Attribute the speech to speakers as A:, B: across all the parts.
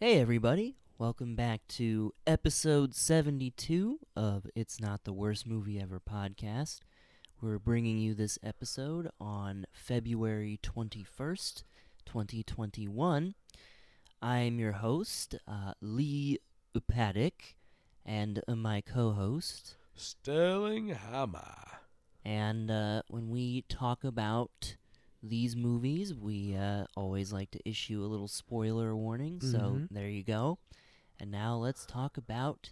A: Hey, everybody. Welcome back to episode 72 of It's Not the Worst Movie Ever podcast. We're bringing you this episode on February 21st, 2021. I'm your host, uh, Lee Upadek, and uh, my co host.
B: Sterling Hammer.
A: And uh, when we talk about these movies, we uh, always like to issue a little spoiler warning. So
B: Mhm.
A: there you go. And now let's talk about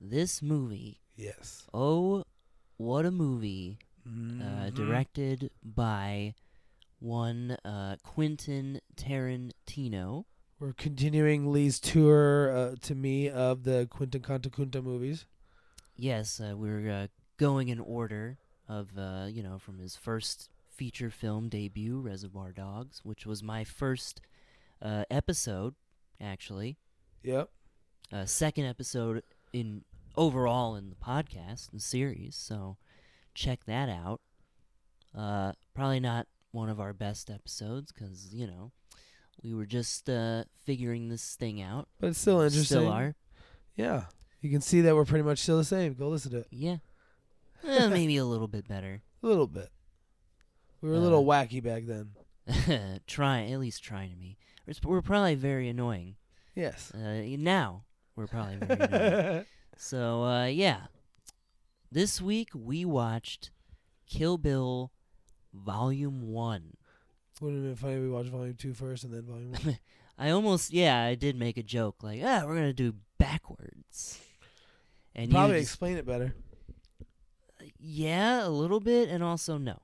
A: this movie.
B: Yes.
A: Oh, what a movie!
B: Mm-hmm.
A: Uh, directed by one uh, Quentin Tarantino.
B: We're continuing Lee's tour uh, to me of the Quentin Contacunta movies.
A: Yes, uh, we're uh, going in order of uh, you know from his first feature film debut, Reservoir Dogs, which was my first uh, episode, actually,
B: Yep.
A: uh, second episode in overall in the podcast and series. So check that out. Uh, probably not one of our best episodes because you know we were just uh, figuring this thing out.
B: But it's still interesting.
A: Still are.
B: Yeah. You can see that we're pretty much still the same. Go listen to it.
A: Yeah. Eh, maybe a little bit better.
B: A little bit. We were a
A: Uh,
B: little wacky back then.
A: trying, at least trying to be. We're s- We're probably very annoying.
B: Yes.
A: Uh, y- now we're probably very annoying. So uh, yeah, this week we watched Kill Bill Volume One.
B: Wouldn't it have been funny if we watched Volume 2 first and then Volume 1?
A: I almost yeah, I did make a joke like ah, we're gonna do backwards. And
B: Probably
A: you just, uh,
B: explain it better.
A: yeah, a little bit, and also no.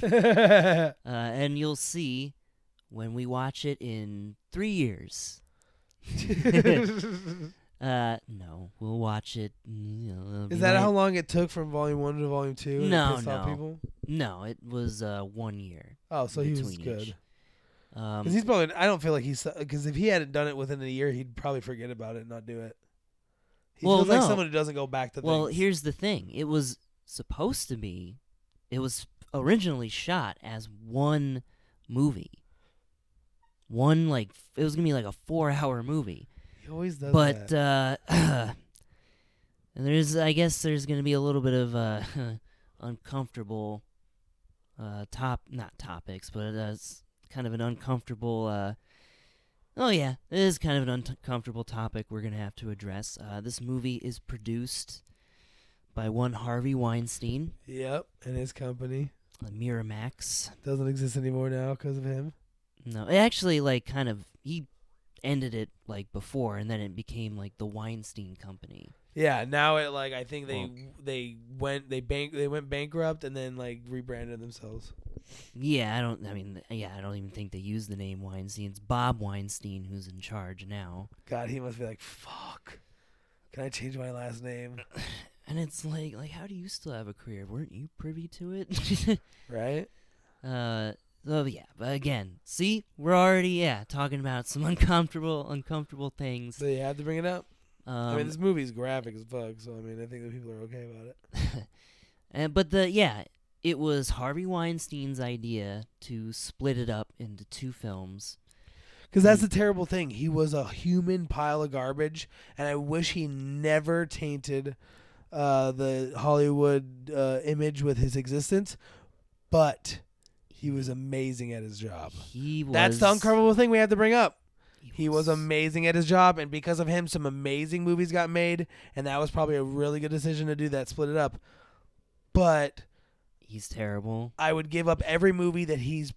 A: Uh, and you'll see when we watch it in three years. Uh, no, we'll watch it. mm, You know, it'll be
B: Is that
A: like-
B: how long it took from Volume 1 to Volume 2? and it
A: No,
B: pissed off
A: no.
B: people?
A: No, it was uh one year.
B: Oh, so he was
A: between each.
B: good.
A: Um,
B: Because he's probably. I don't feel like he's. Because if he hadn't done it within a year, he'd probably forget about it and not do it. He
A: Well,
B: feels like
A: no.
B: someone who doesn't go back to
A: well,
B: things.
A: here's the thing. It was supposed to be. It was originally shot as one movie. One like f- it was gonna be like a four-hour movie,
B: he always does
A: but
B: that.
A: uh, and there's I guess there's gonna be a little bit of uh uncomfortable uh top not topics, but uh, it's kind of an uncomfortable uh Oh yeah, it is kind of an uncomfortable topic we're gonna have to address. Uh, this movie is produced by one Harvey Weinstein,
B: yep, and his company
A: uh, Miramax.
B: doesn't exist anymore now because of him.
A: No, it actually like kind of he ended it like before, and then it became like the Weinstein Company.
B: Yeah, now it like I think they
A: Well-
B: they went they bank they went bankrupt and then like rebranded themselves.
A: Yeah, I don't. I mean, th- yeah, I don't even think they use the name Weinstein. It's Bob Weinstein who's in charge now,
B: God, he must be like fuck. Can I change my last name?
A: and it's like, like, how do you still have a career? Weren't you privy to it?
B: Right?
A: uh, so yeah, but again, see, we're already yeah talking about some uncomfortable, uncomfortable things.
B: So you have to bring it up.
A: Um,
B: I mean, this movie's graphic as fuck, so I mean, I think that people are okay about it.
A: and, but the yeah, it was Harvey Weinstein's idea to split it up into two films.
B: Because that's the terrible thing. He was a human pile of garbage, and I wish he never tainted uh, the Hollywood uh, image with his existence. But he was amazing at his job.
A: He was
B: That's the uncomfortable thing we have to bring up. He was
A: a
B: amazing at his job, and because of him, some amazing movies got made, and that was probably a really good decision to do that, split it up. But
A: he's terrible.
B: I would give up every movie that he's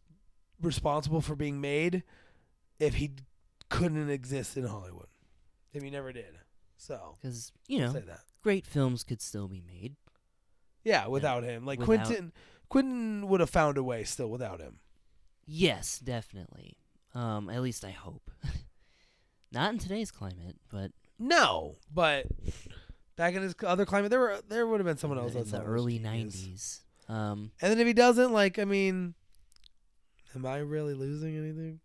B: responsible for being made if he couldn't exist in Hollywood. If he never did. So
A: Because you know,
B: say that.
A: great films could still be made.
B: Yeah, without him. Like
A: Without-
B: Quentin Quentin would have found a way still without him.
A: Yes, definitely. Um, at least I hope. Not in today's climate, but
B: No. But back in his other climate there were there would have been someone else
A: in
B: that's
A: the
B: not
A: early
B: as genius.
A: '90s. Um,
B: And then if he doesn't, like I mean am I really losing anything?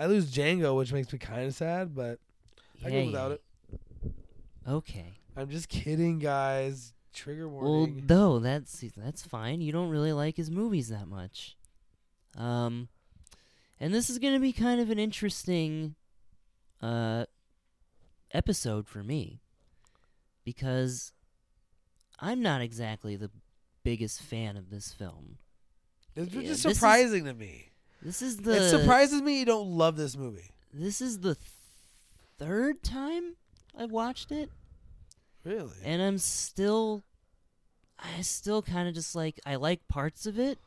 B: I lose Django, which makes me kinda sad, but I
A: yeah,
B: go without
A: yeah.
B: it.
A: Okay.
B: I'm just kidding, guys. Trigger
A: Well,
B: warning.
A: though that's that's fine. You don't really like his movies that much. Um, and this is gonna be kind of an interesting uh, episode for me because I'm not exactly the biggest fan of this film.
B: It's
A: Yeah,
B: just
A: this is
B: surprising to me.
A: This is the
B: it surprises me you don't love this movie.
A: This is the th- third time I've watched it,
B: Really?
A: and I'm still, I still kind of just like I like parts of it.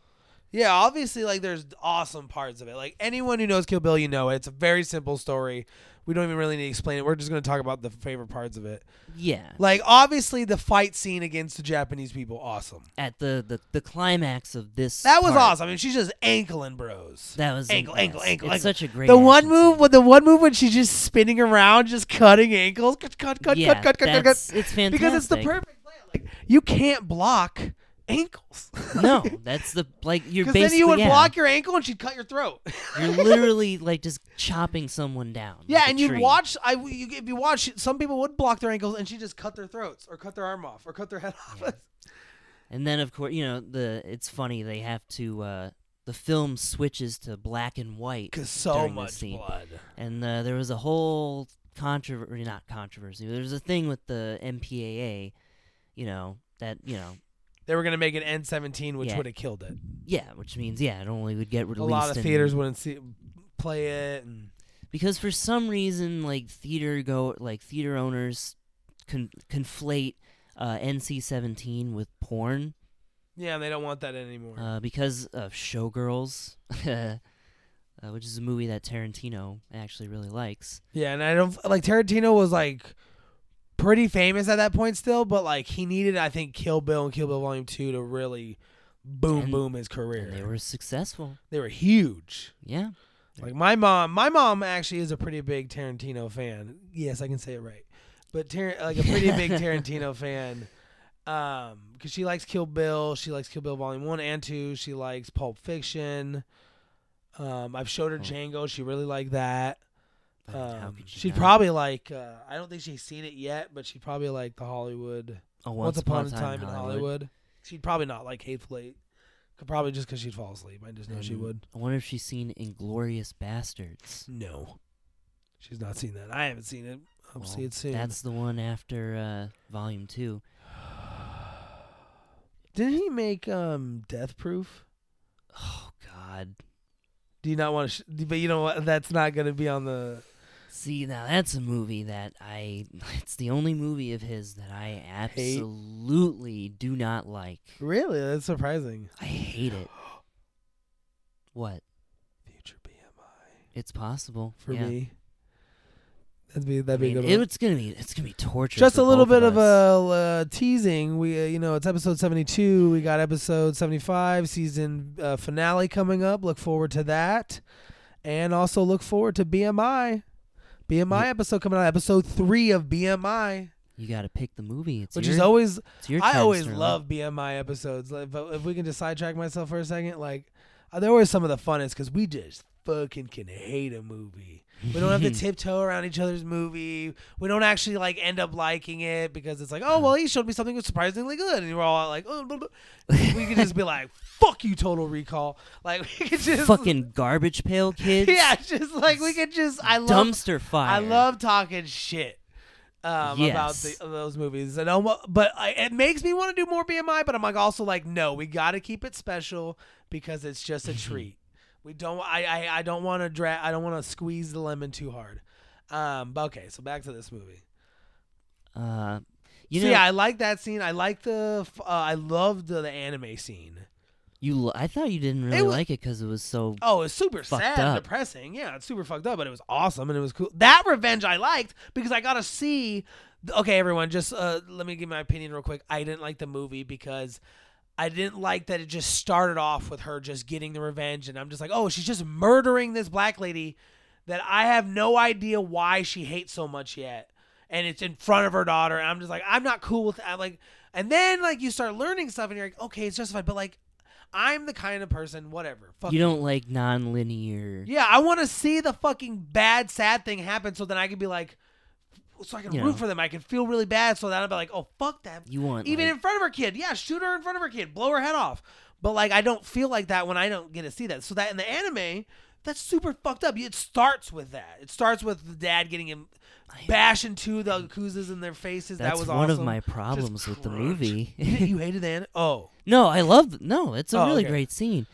B: Yeah, obviously, like there's awesome parts of it. Like anyone who knows Kill Bill, you know it. It's a very simple story. We don't even really need to explain it. We're just gonna talk about the favorite parts of it.
A: Yeah,
B: Like obviously, the fight scene against the Japanese people, awesome.
A: at the the, the climax of this.
B: That was
A: part,
B: awesome. I mean, she's just ankling bros.
A: That was
B: Ankle,
A: yes,
B: ankle, ankle,
A: It's
B: ankle.
A: such a great.
B: the one
A: action
B: move,
A: scene.
B: with the one move when she's just spinning around, just cutting ankles, cut, cut, cut,
A: yeah,
B: cut, cut, cut, cut, cut,
A: that's- It's fantastic
B: because it's the perfect plan. Like you can't block ankles.
A: no, that's the like you're
B: because
A: basically
B: then you would
A: yeah,
B: block your ankle and she'd cut your throat.
A: You're literally like just chopping someone down.
B: Yeah,
A: like a
B: and you
A: tree.
B: watch. I you, if you watch, some people would block their ankles, and she just cut their throats or cut their arm off or cut their head off.
A: Yeah. And then of course, you know, the it's funny they have to uh the film switches to black and white
B: Cause so
A: during
B: much
A: this scene.
B: blood.
A: And uh, there was a whole controversy, not controversy. There was a thing with the MPAA, you know, that, you know,
B: They were gonna make an N seventeen, which
A: Yeah.
B: would have killed it.
A: yeah, which means yeah, it only would get
B: A
A: released
B: lot of
A: in-
B: theaters wouldn't see play it. And
A: because for some reason like theater go like theater owners con- conflate uh, NC-17 with porn.
B: yeah, they don't want that anymore.
A: uh, because of Showgirls, uh, which is a movie that Tarantino actually really likes.
B: yeah, and I don't like Tarantino was like pretty famous at that point still, but like he needed, I think, Kill Bill and Kill Bill Volume Two to really boom
A: And-
B: boom his career.
A: And they were successful.
B: they were huge.
A: Yeah.
B: Like my mom, my mom actually is a pretty big Tarantino fan. Yes, I can say it right, but Tar- like a pretty big Tarantino fan, um, because she likes Kill Bill, she likes Kill Bill Volume One and Two, she likes Pulp Fiction. Um, I've showed her
A: Oh.
B: Django, she really liked that.
A: I mean, how
B: Um,
A: could you
B: she'd
A: not?
B: probably like. Uh, I don't think she's seen it yet, but she'd probably like the Hollywood
A: Oh,
B: Once, Upon, a Time in Hollywood. She'd probably not like Hateful Eight. Could probably just because she'd fall asleep. I just know she
A: And
B: would.
A: I wonder if she's seen Inglorious Bastards.
B: No. She's not seen that. I haven't seen it. I'll see
A: Well,
B: it soon.
A: That's the one after uh, Volume Two.
B: Didn't he make um Death Proof?
A: Oh God.
B: Do you not want to? Sh- but you know what? That's not going to be on the.
A: See now that's a movie that I it's the only movie of his that I
B: Hate.
A: absolutely do not like.
B: Really, that's surprising.
A: I hate it. What?
B: Future BMI
A: It's possible
B: for
A: yeah.
B: me. That'd be
A: I
B: that'd be
A: mean,
B: a good.
A: it
B: one.
A: was gonna be it's gonna be torture.
B: Just
A: for
B: a little
A: both
B: bit of,
A: us.
B: a uh, teasing. We uh, you know it's episode seventy two. We got episode seventy five season uh, finale coming up. Look forward to that, and also look forward to BMI. BMI
A: Yeah.
B: episode coming out, episode three of BMI,
A: you got to pick the movie. It's
B: which
A: your,
B: is always
A: it's your
B: I
A: turn,
B: always
A: Sterling.
B: love BMI episodes. Like, but if we can just sidetrack myself for a second, like uh, they're always some of the funnest because we just fucking can hate a movie. We don't have to tiptoe around each other's movie. We don't actually like end up liking it because it's like, oh well, he showed me something that's surprisingly good, and we're all like, oh, blah, blah. we can just be like, fuck you, Total Recall. Like we could just
A: fucking garbage pail kids.
B: yeah, just like we could just I love
A: dumpster fire.
B: I love talking shit um, about
A: Yes.
B: the, those movies, and almost, but I, it makes me want to do more BMI. But I'm like also like, no, we got to keep it special because it's just a treat. We don't. I I, I don't want to dra- I don't want to squeeze the lemon too hard. Um, but okay, so back to this movie.
A: Uh, you
B: so
A: know,
B: yeah, I like that scene. I like the. f- Uh, I love the, the anime scene.
A: you. Lo- I thought you didn't really
B: was-
A: like it because it was so.
B: Oh, it's super
A: Fucked
B: sad and
A: up.
B: depressing. Yeah, it's super fucked up, but it was awesome and it was cool. That revenge I liked because I got to see. Okay, everyone, just uh, let me give my opinion real quick. I didn't like the movie because I didn't like that it just started off with her just getting the revenge, and I'm just like, oh, she's just murdering this black lady that I have no idea why she hates so much yet. And it's in front of her daughter, and I'm just like, I'm not cool with that. Like, and then like you start learning stuff, and you're like, okay, it's justified, but like, I'm the kind of person, whatever. Oh, Fuck
A: You don't like non-linear.
B: yeah, I want to see the fucking bad, sad thing happen so then I can be like, so I can
A: You
B: root
A: know.
B: for them. I can feel really bad so that I'll be like, oh, fuck that.
A: You want
B: Even
A: like,
B: in front of her kid. Yeah, shoot her in front of her kid. Blow her head off. But like, I don't feel like that when I don't get to see that. So that in the anime, That's super fucked up. It starts with that. It starts with the dad getting him
A: I-
B: bash into the Yakuza's in their faces.
A: That's
B: that was
A: one of
B: awesome.
A: my problems with the
B: crunch.
A: movie.
B: you hated the an- oh
A: no, I love. No, it's a
B: Oh,
A: really
B: okay.
A: great scene.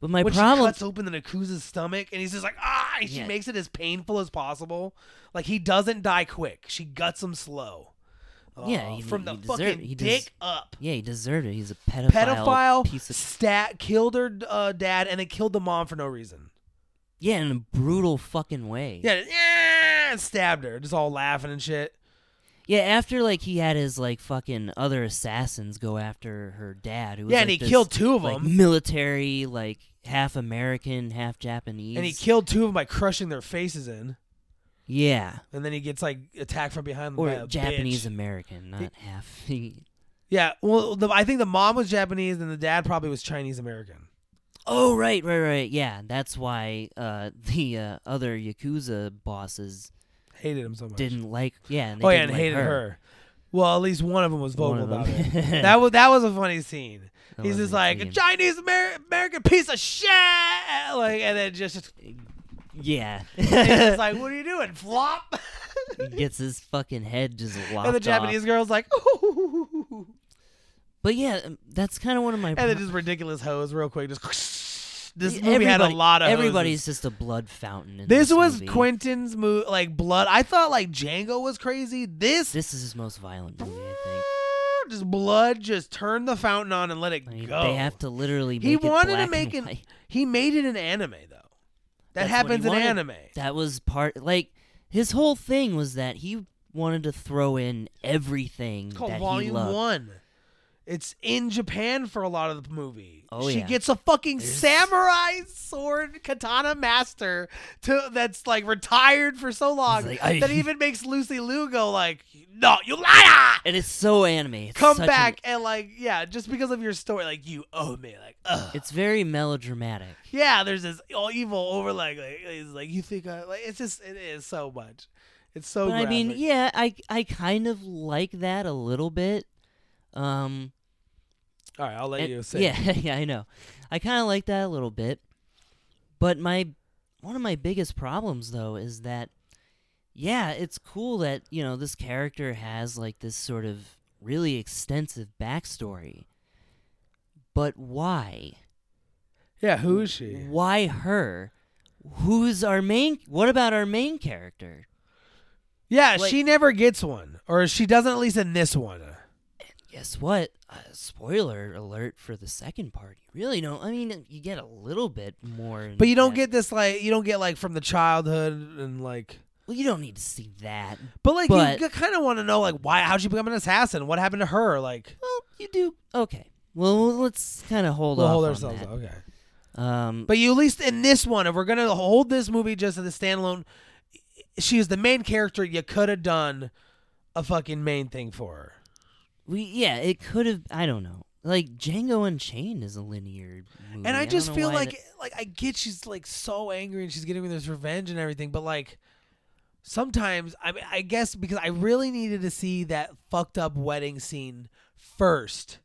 A: But my
B: when she
A: problem.
B: cuts open the Nakuza's stomach and he's just like ah and she
A: Yeah.
B: makes it as painful as possible like he doesn't die quick she guts him slow
A: Yeah,
B: Oh,
A: he-
B: from the
A: he deserve-
B: fucking
A: he des-
B: dick up
A: Yeah, he deserved it. He's a pedophile,
B: pedophile
A: piece of
B: stat killed her uh, dad and then killed the mom for no reason
A: yeah, in a brutal fucking way.
B: yeah yeah and stabbed her just all laughing and shit
A: Yeah, after like he had his like fucking other assassins go after her dad, who was,
B: yeah
A: like,
B: and he
A: this,
B: killed two of
A: like
B: them
A: military, like half American, half Japanese.
B: and he killed two of them by crushing their faces in
A: yeah,
B: and then he gets like attacked from behind by
A: or
B: a
A: Japanese
B: bitch.
A: American, not half.
B: yeah well the, I think the mom was Japanese and the dad probably was Chinese American.
A: oh right, right, right. Yeah, that's why uh, the uh, other yakuza bosses
B: hated him so much.
A: didn't like. Yeah, and they
B: oh yeah,
A: didn't
B: and
A: like
B: hated her. Well, at least one of them was
A: One
B: vocal
A: of
B: about
A: them.
B: it. That was that was a funny scene.
A: That
B: He's
A: was
B: just
A: my
B: like a
A: scene.
B: Chinese Amer- American piece of shit, like, and then just, just
A: yeah.
B: and he's just like, what are you doing, flop?
A: he gets his fucking head just locked
B: and the
A: off.
B: Japanese girl's like, ooh,
A: But yeah, um, that's kind of one of my.
B: and then
A: pro-
B: just ridiculous hose, real quick. Just this
A: Yeah,
B: movie had a
A: everybody-
B: lot of hoses.
A: Everybody's just a blood fountain. In this
B: This was
A: movie.
B: Quentin's mo- like blood. I thought like Django was crazy. This
A: This is his most violent movie, I think.
B: just blood just turn the fountain on and let it
A: I mean,
B: go.
A: they have to literally. Make
B: He
A: it
B: wanted to
A: black
B: make
A: and
B: an.
A: white.
B: He made it an anime though. That
A: That's what he
B: happens in
A: wanted.
B: anime.
A: That was part. Like his whole thing was that he wanted to throw in everything
B: It's called
A: that he
B: Volume
A: loved.
B: One. It's in Japan for a lot of the movie.
A: Oh,
B: she
A: yeah.
B: gets a fucking
A: There's-
B: samurai sword katana master to that's like retired for so long
A: like, I-
B: that even makes Lucy Liu go like, "No, you liar!
A: and it's so anime. It's
B: Come
A: such a-
B: back and like, yeah, just because of your story, like you owe me, like, ugh."
A: it's very melodramatic.
B: yeah, there's this all evil overlay. Like, it's like you think I like. It's just it is so much. It's so.
A: but I mean,
B: graphic.
A: yeah, I I kind of like that a little bit. Um,
B: All right, I'll let
A: and-
B: you say.
A: e Yeah, yeah, I know. I kind of like that a little bit, but my one of my biggest problems though is that yeah, it's cool that you know this character has like this sort of really extensive backstory, but why?
B: Yeah, who is she?
A: Why her? Who's our main? What about our main character?
B: Yeah,
A: Like-
B: she never gets one, or she doesn't at least in this one.
A: Guess what? Uh, spoiler alert for the second part. You really don't. I mean, you get a little bit more,
B: But you don't
A: in-depth.
B: get this like you don't get like from the childhood and like.
A: Well, you don't need to see that.
B: But like
A: But-
B: you kind of want to know like why how'd she become an assassin? What happened to her? Like
A: Well, you do. Okay. Well, let's kind of hold
B: we'll
A: off
B: hold
A: on
B: ourselves
A: that.
B: up. okay.
A: Um,
B: But you at least in this one, if we're gonna hold this movie just as a standalone, she is the main character. You could have done a fucking main thing for her.
A: we yeah, it could have. I don't know. Like Django Unchained is a linear movie.
B: And I
A: don't
B: just
A: know
B: feel
A: why
B: like
A: that-
B: like I get she's like so angry and she's getting this revenge and everything, but like sometimes I I guess because I really needed to see that fucked up wedding scene first.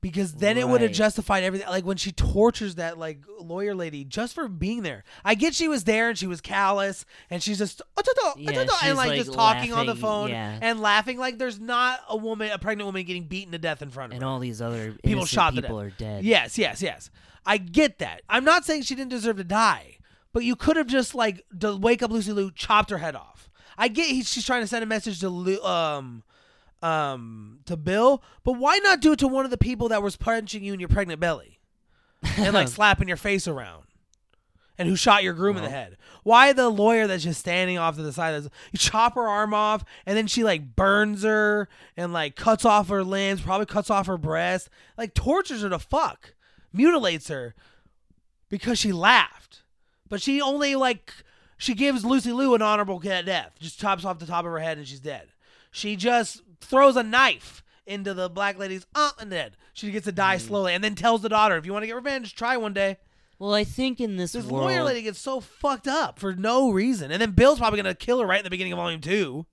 B: Because then it would have
A: Right.
B: justified everything. Like when she tortures that like lawyer lady just for being there. I get she was there and she was callous and she's just "Oh, oh, oh, oh,
A: Yeah,
B: oh," and
A: she's,
B: like,
A: like,
B: just talking on the
A: laughing,
B: phone
A: yeah.
B: and laughing like there's not a woman, a pregnant woman getting beaten to death in front of her.
A: and all these other
B: People
A: people
B: shot to
A: people are dead.
B: Yes, yes, yes. I get that. I'm not saying she didn't deserve to die, but you could have just like to wake up Lucy Liu, chopped her head off. I get he, she's trying to send a message to Lu, um um to Bill, but why not do it to one of the people that was punching you in your pregnant belly and like slapping your face around? And who shot your groom in the
A: Well.
B: head? Why the lawyer that's just standing off to the side? That's, you chop her arm off, and then she like burns her and like cuts off her limbs, probably cuts off her breast, like tortures her to fuck, mutilates her because she laughed. But she only like she gives Lucy Liu an honorable ca- death. Just chops off the top of her head and she's dead. She just throws a knife into the black lady's uh and dead. She gets to die slowly and then tells the daughter, if you want to get revenge, try one day.
A: Well, I think in this,
B: This
A: world,
B: lawyer lady gets so fucked up for no reason. And then Bill's probably gonna kill her right in the beginning of volume two.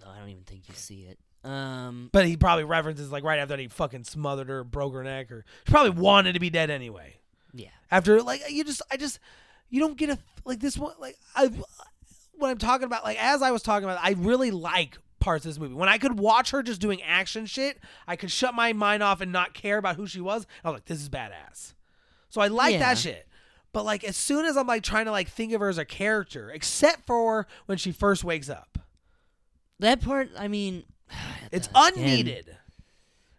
A: no, I don't even think you see it. Um,
B: But he probably references like right after that he fucking smothered her, broke her neck, or she probably wanted to be dead anyway.
A: yeah,
B: After like you just I just you don't get a like this one like I when I'm talking about like as I was talking about I really like parts of this movie. When I could watch her just doing action shit, I could shut my mind off and not care about who she was. I was like this is badass. So I like
A: Yeah.
B: that shit. But like as soon as I'm like trying to like think of her as a character, except for when she first wakes up.
A: That part, I mean,
B: It's
A: again,
B: unneeded.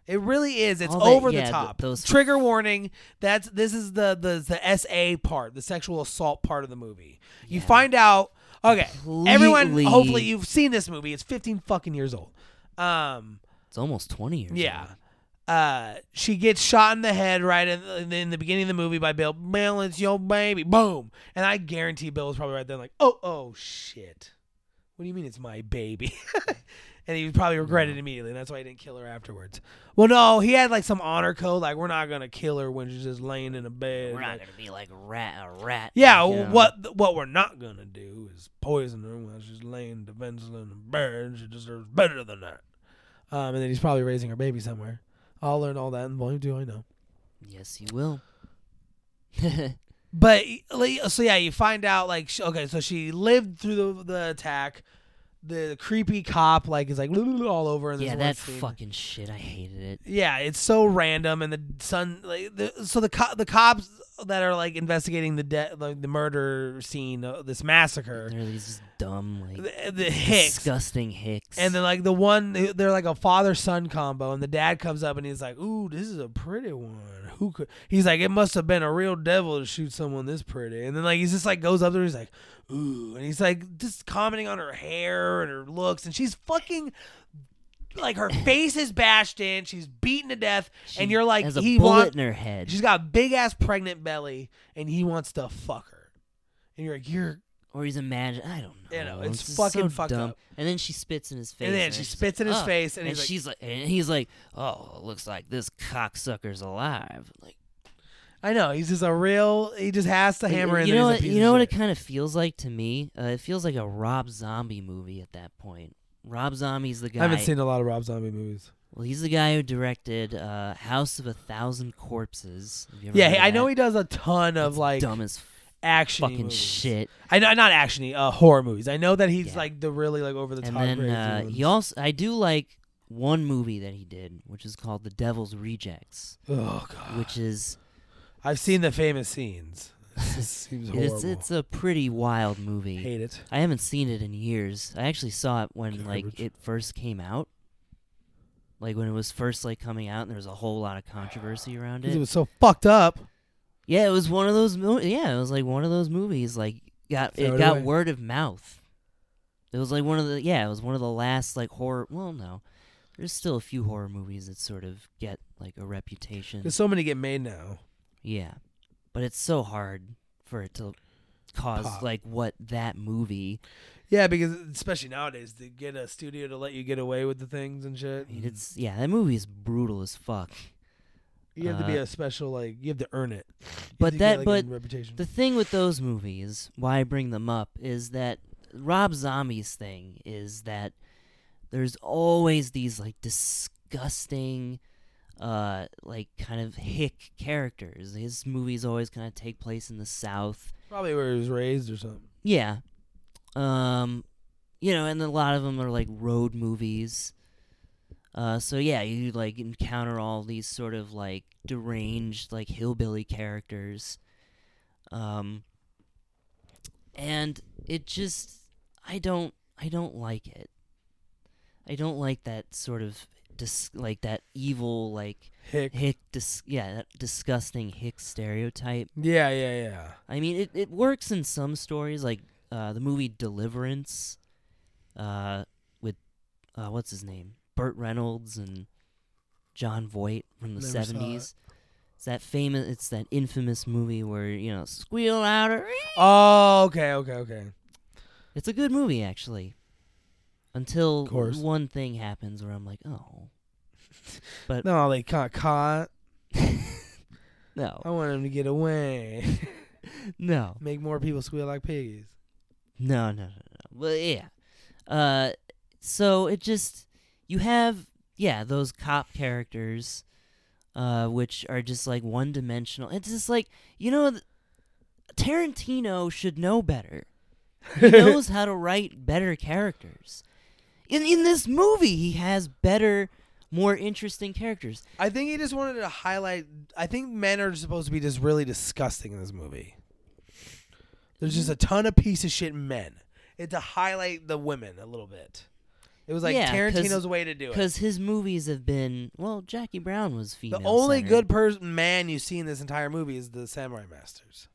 B: It really is. It's
A: All that-
B: over
A: yeah,
B: the
A: th-
B: top.
A: those-
B: Trigger warning. That's this is the the the SA part, the sexual assault part of the movie. You find out. Okay, everyone.
A: Completely-
B: Hopefully, you've seen this movie. It's 15 fucking years old. Um,
A: It's almost twenty years.
B: yeah.
A: old.
B: Uh, she gets shot in the head right in the, in the beginning of the movie by Bill. Bill, it's your baby. Boom. And I guarantee Bill was probably right there, like, oh, oh, shit. What do you mean it's my baby? and he probably regretted it immediately. And that's why he didn't kill her afterwards. Well, no, he had like some honor code, like, we're not going to kill her when she's just laying in a bed.
A: We're
B: Like,
A: not gonna be like rat a rat.
B: yeah,
A: you know.
B: what what we're not going to do is poison her while she's laying defenseless in a bed. She deserves better than that. Um, and then he's probably raising her baby somewhere. I'll learn all that in volume two, I know.
A: Yes, you will.
B: But like, so yeah, you find out like sh okay, so she lived through the, the attack. The creepy cop like is like all over. And
A: yeah, that
B: that's scene.
A: fucking shit. I hated it.
B: Yeah, it's so random, and the son like the, so the co- the cops that are like investigating the de- like the murder scene, uh, this massacre,
A: They're these just dumb, like
B: the, the Hicks,
A: disgusting hicks.
B: and then like the one they're like a father son combo, and the dad comes up and he's like, "Ooh, this is a pretty one." Who could? He's like, "It must have been a real devil to shoot someone this pretty." And then like he's just like goes up there, he's like, "Ooh," and he's like just commenting on her hair and her looks, and she's fucking. Like her face is bashed in, she's beaten to death,
A: She
B: and you're like,
A: has a
B: he
A: bullet
B: wants.
A: in her head.
B: She's got a big ass pregnant belly, and he wants to fuck her. And you're like, you're,
A: or he's imagining. I don't know.
B: You know, it's
A: just
B: fucking
A: so
B: fucked
A: dumb.
B: up.
A: And then she spits in his face.
B: and then she spits in his
A: face.
B: face, and,
A: And,
B: he's like,
A: she's like, and he's like, oh, it looks like this cocksucker's alive. Like,
B: I know he's just a real. He just has to hammer in.
A: you
B: that
A: know,
B: he's a
A: what,
B: piece
A: you
B: of
A: know what it
B: shit.
A: kind of feels like to me. Uh, it feels like a Rob Zombie movie at that point. Rob Zombie's the guy.
B: I haven't seen a lot of Rob Zombie movies.
A: Well, he's the guy who directed uh, House of a Thousand Corpses. Have you ever
B: Yeah,
A: heard
B: he-
A: of
B: I know
A: that?
B: he does a ton of
A: It's
B: like
A: dumb as
B: action
A: fucking shit.
B: I know not actiony, uh, horror movies. I know that he's
A: Yeah.
B: like the really like over the
A: And
B: top.
A: then
B: crazy
A: uh,
B: ones.
A: he also, I do like one movie that he did, which is called The Devil's Rejects,
B: oh god,
A: which is
B: I've seen the famous scenes. It seems horrible.
A: it's, it's a pretty wild movie.
B: Hate it.
A: I haven't seen it in years. I actually saw it when like
B: Garbage.
A: it first came out. Like when it was first like coming out and there was a whole lot of controversy around
B: 'Cause It
A: it.
B: was so fucked up.
A: Yeah, it was one of those mo- yeah, it was like one of those movies like got
B: Throw
A: it
B: it
A: got
B: away.
A: word of mouth. It was like one of the yeah, it was one of the last like horror well, no. There's still a few horror movies that sort of get like a reputation.
B: There's so many get made now.
A: Yeah. But it's so hard for it to cause
B: Pop.
A: like what that movie
B: Yeah, because especially nowadays, to get a studio to let you get away with the things and shit,
A: I mean, it's yeah, that movie is brutal as fuck.
B: you have to be
A: uh,
B: a special like you have to earn it. You have
A: but
B: to
A: that-
B: get, like,
A: but
B: a reputation.
A: The thing with those movies, why I bring them up, is that Rob Zombie's thing is that there's always these like disgusting, uh, like kind of hick characters. His movies always kind of take place in the South.
B: Probably where he was raised or something.
A: Yeah, um, you know, and a lot of them are like road movies. Uh, so yeah, you like encounter all these sort of like deranged like hillbilly characters, um, and it just I don't I don't like it. I don't like that sort of dis- like that evil like
B: Hick.
A: hick dis- yeah that disgusting hick stereotype.
B: Yeah, yeah, yeah.
A: I mean, it, it works in some stories, like uh, the movie Deliverance, uh, with uh, what's his name, Burt Reynolds and John Voight from the
B: Never saw it.
A: seventies. It's that famous, it's that infamous movie where you know squeal louder.
B: Oh, okay, okay, okay.
A: It's a good movie actually, until
B: Of course.
A: one thing happens where I'm like, oh
B: No, they got caught.
A: no,
B: I want him to get away.
A: no,
B: Make more people squeal like piggies.
A: No, no, no, no. Well, yeah. Uh, so it just you have yeah those cop characters, uh, which are just like one dimensional. It's just like you know, th- Tarantino should know better. He knows how to write better characters. In in this movie, he has better, more interesting characters.
B: I think he just wanted to highlight. I think men are supposed to be just really disgusting in this movie. There's just a ton of piece of shit men. It's to highlight the women a little bit. It was like
A: Yeah, 'cause-
B: Tarantino's way to do it.
A: Because his movies have been well, Jackie Brown was female.
B: The only
A: centered.
B: good person man you see in this entire movie is the Samurai Masters.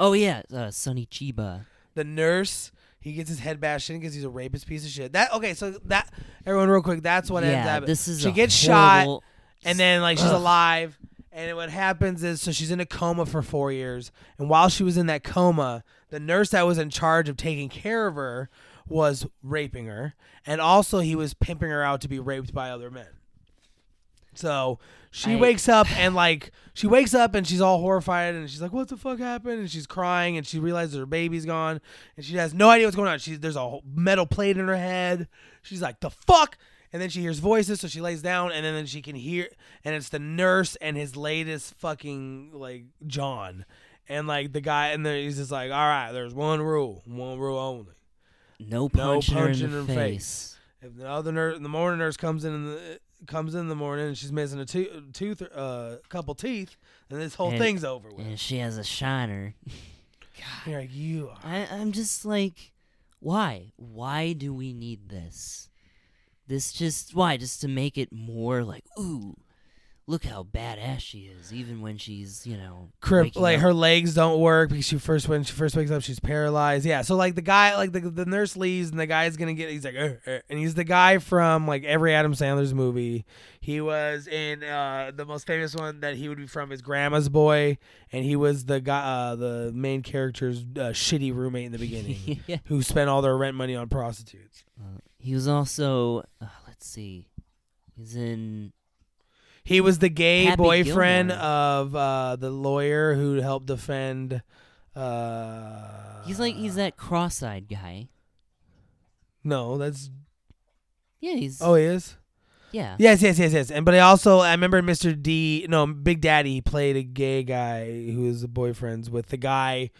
A: Oh yeah, uh, Sonny Chiba.
B: The nurse, he gets his head bashed in because he's a rapist piece of shit. That okay, so that everyone real quick, that's what ends
A: yeah,
B: up.
A: this is
B: she
A: a
B: gets shot
A: horrible-
B: and then like she's
A: Ugh.
B: alive. And what happens is, so she's in a coma for four years. And while she was in that coma, the nurse that was in charge of taking care of her was raping her, and also he was pimping her out to be raped by other men. So she
A: I-
B: wakes up and like she wakes up and she's all horrified and she's like, "What the fuck happened?" And she's crying and she realizes her baby's gone and she has no idea what's going on. She's there's a whole metal plate in her head. She's like, "The fuck!" And then she hears voices, so she lays down and then she can hear and it's the nurse and his latest fucking like John and like the guy and then he's just like, "All right, there's one rule, one rule only."
A: No
B: No
A: punching her in
B: punching
A: the
B: her face.
A: face.
B: If the other nurse, the morning nurse comes in, in the, comes in the morning and she's missing a to- tooth, a uh, couple teeth, then this whole
A: And-
B: thing's over with.
A: And she has a shiner.
B: You're like, you are.
A: I, I'm just like, why? Why do we need this? This just why? Just to make it more like, ooh, look how badass she is, even when she's you know
B: Crip,
A: waking
B: like
A: up.
B: her legs don't work because she first when she first wakes up she's paralyzed. Yeah, so like the guy, like the, the nurse leaves and the guy's gonna get. He's like, "Uh, uh," and he's the guy from like every Adam Sandler's movie. He was in uh, the most famous one that he would be from is Grandma's Boy, and he was the guy, uh, the main character's uh, shitty roommate in the beginning
A: yeah.
B: who spent all their rent money on prostitutes.
A: Uh, he was also uh, let's see, he's in
B: He was the gay
A: Happy
B: boyfriend
A: Gilmore.
B: of uh, the lawyer who helped defend. Uh,
A: he's like he's that cross-eyed guy.
B: No, that's
A: Yeah, he's
B: oh, he is.
A: yeah.
B: Yes, yes, yes, yes. And but I also I remember Mr. D. No, Big Daddy played a gay guy who was the boyfriends with the guy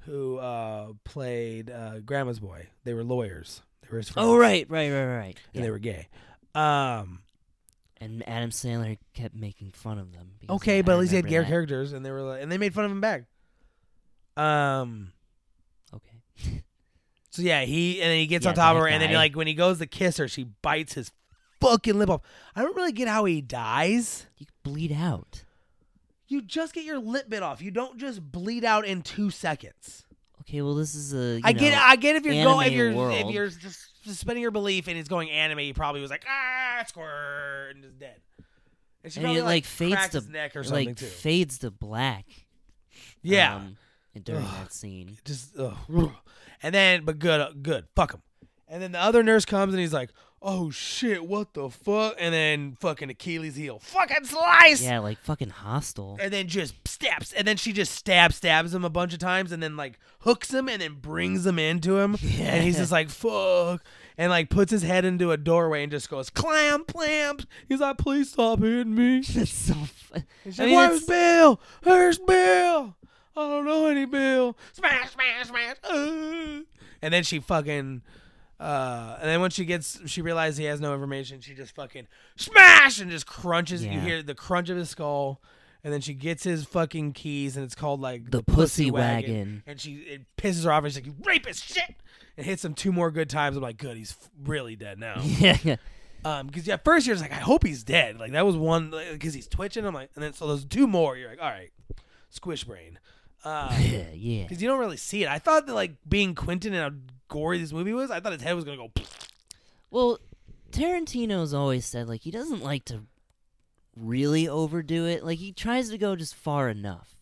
B: who uh, played uh, Grandma's boy. They were lawyers. They were his friends.
A: Oh right, right, right, right.
B: And
A: yeah.
B: they were gay. Um.
A: And Adam Sandler kept making fun of them. because
B: Okay,
A: I
B: but at least he had gay
A: remember that.
B: characters, and they were like, and they made fun of him back. Um.
A: Okay.
B: So yeah, he and then he gets
A: Yeah,
B: on top of
A: that
B: her, and then
A: guy.
B: like when he goes to kiss her, she bites his fucking lip off. I don't really get how he dies.
A: You could bleed out.
B: You just get your lip bit off. You don't just bleed out in two seconds.
A: Okay, well this is a. you
B: I get,
A: know,
B: I get if you're going, if
A: anime
B: you're, if
A: world.
B: you're just suspending your belief and it's going anime, he probably was like ah squirt and just dead. And she
A: I mean,
B: probably
A: it, like, fades
B: cracks
A: to-
B: his neck or
A: it,
B: something
A: like
B: too.
A: fades to black.
B: yeah,
A: um, during
B: Ugh.
A: that scene.
B: just ugh. and then but good uh, good fuck him and then the other nurse comes and he's like oh shit what the fuck and then fucking achilles heel fucking slice
A: Yeah, like fucking hostile.
B: and then just stabs and then she just stabs stabs him a bunch of times and then like hooks him and then brings him into him and he's just like fuck and like puts his head into a doorway and just goes clam clamps he's like please stop hitting me
A: That's so. Fun.
B: and she's
A: I
B: like,
A: mean, that's-
B: where's bill where's bill i don't know any bill smash smash smash uh. and then she fucking uh, and then once she gets, she realizes he has no information. She just fucking smash and just crunches. You
A: Yeah.
B: hear the crunch of his skull, and then she gets his fucking keys, and it's called like
A: The pussy wagon.
B: And she it pisses her off. And she's like, "You rapist shit!" And hits him two more good times. I'm like, "Good, he's f- really dead now."
A: yeah, yeah.
B: Um, because at first you're just like, "I hope he's dead." Like that was one because he's twitching. I'm like, and then so those two more. You're like, "All right, squish brain." Um,
A: yeah, yeah.
B: because you don't really see it. I thought that like being Quentin and how gory this movie was, I thought his head was gonna go.
A: Well, Tarantino's always said like he doesn't like to really overdo it. Like he tries to go just far enough.